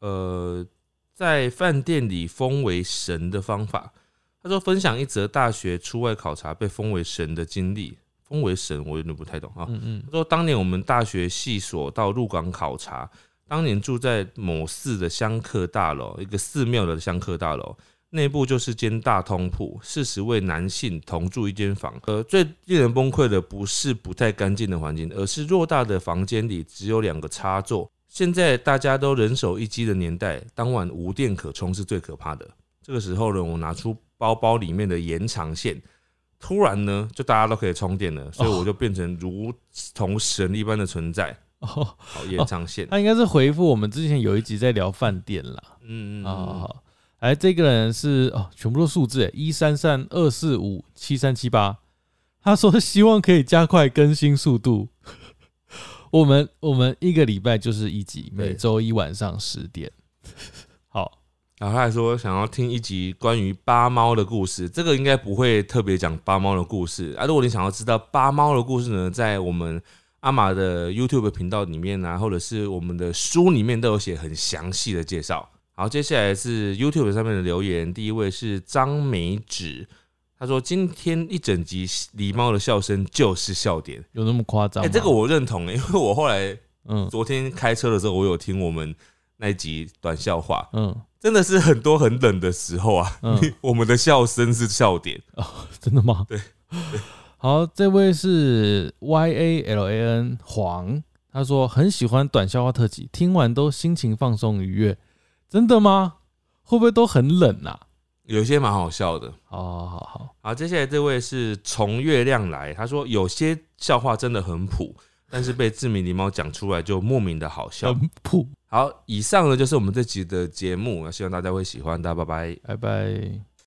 呃，在饭店里封为神的方法。他说分享一则大学出外考察被封为神的经历。封为神，我有点不太懂啊。
嗯嗯
他，说，当年我们大学系所到入港考察，当年住在某寺的香客大楼，一个寺庙的香客大楼，内部就是间大通铺，四十位男性同住一间房。呃，最令人崩溃的不是不太干净的环境，而是偌大的房间里只有两个插座。现在大家都人手一机的年代，当晚无电可充是最可怕的。这个时候呢，我拿出包包里面的延长线，突然呢，就大家都可以充电了，所以我就变成如同神一般的存在。
哦，
好，延长 线，
他应该是回复我们之前有一集在聊饭店啦。
嗯嗯
啊、好
嗯，
好哎，这个人是哦，全部都数字，一三三二四五七三七八。他说希望可以加快更新速度。 我们我们一个礼拜就是一集，
对
每周一晚上十点。好，
然后他还说想要听一集关于八猫的故事，这个应该不会特别讲八猫的故事啊。如果你想要知道八猫的故事呢，在我们阿玛的 YouTube 频道里面啊，或者是我们的书里面都有写很详细的介绍。好，接下来是 YouTube 上面的留言，第一位是张美芷，他说今天一整集狸猫的笑声就是笑点，
有那么夸张
哎、
吗？
这个我认同、欸，因为我后来
嗯
昨天开车的时候，我有听我们那一集短笑话，
嗯
真的是很多很冷的时候啊，
嗯，
我们的笑声是笑点。
真的吗？
对。
好，这位是 Y A L A N 黄，他说很喜欢短笑话特辑，听完都心情放松愉悦。真的吗？会不会都很冷啊？
有些蛮好笑的。
好好好，
好，接下来这位是从月亮来，他说有些笑话真的很普，但是被志明狸猫讲出来就莫名的好笑。
很普，
好，以上呢就是我们这集的节目，希望大家会喜欢，大家拜拜。
拜拜。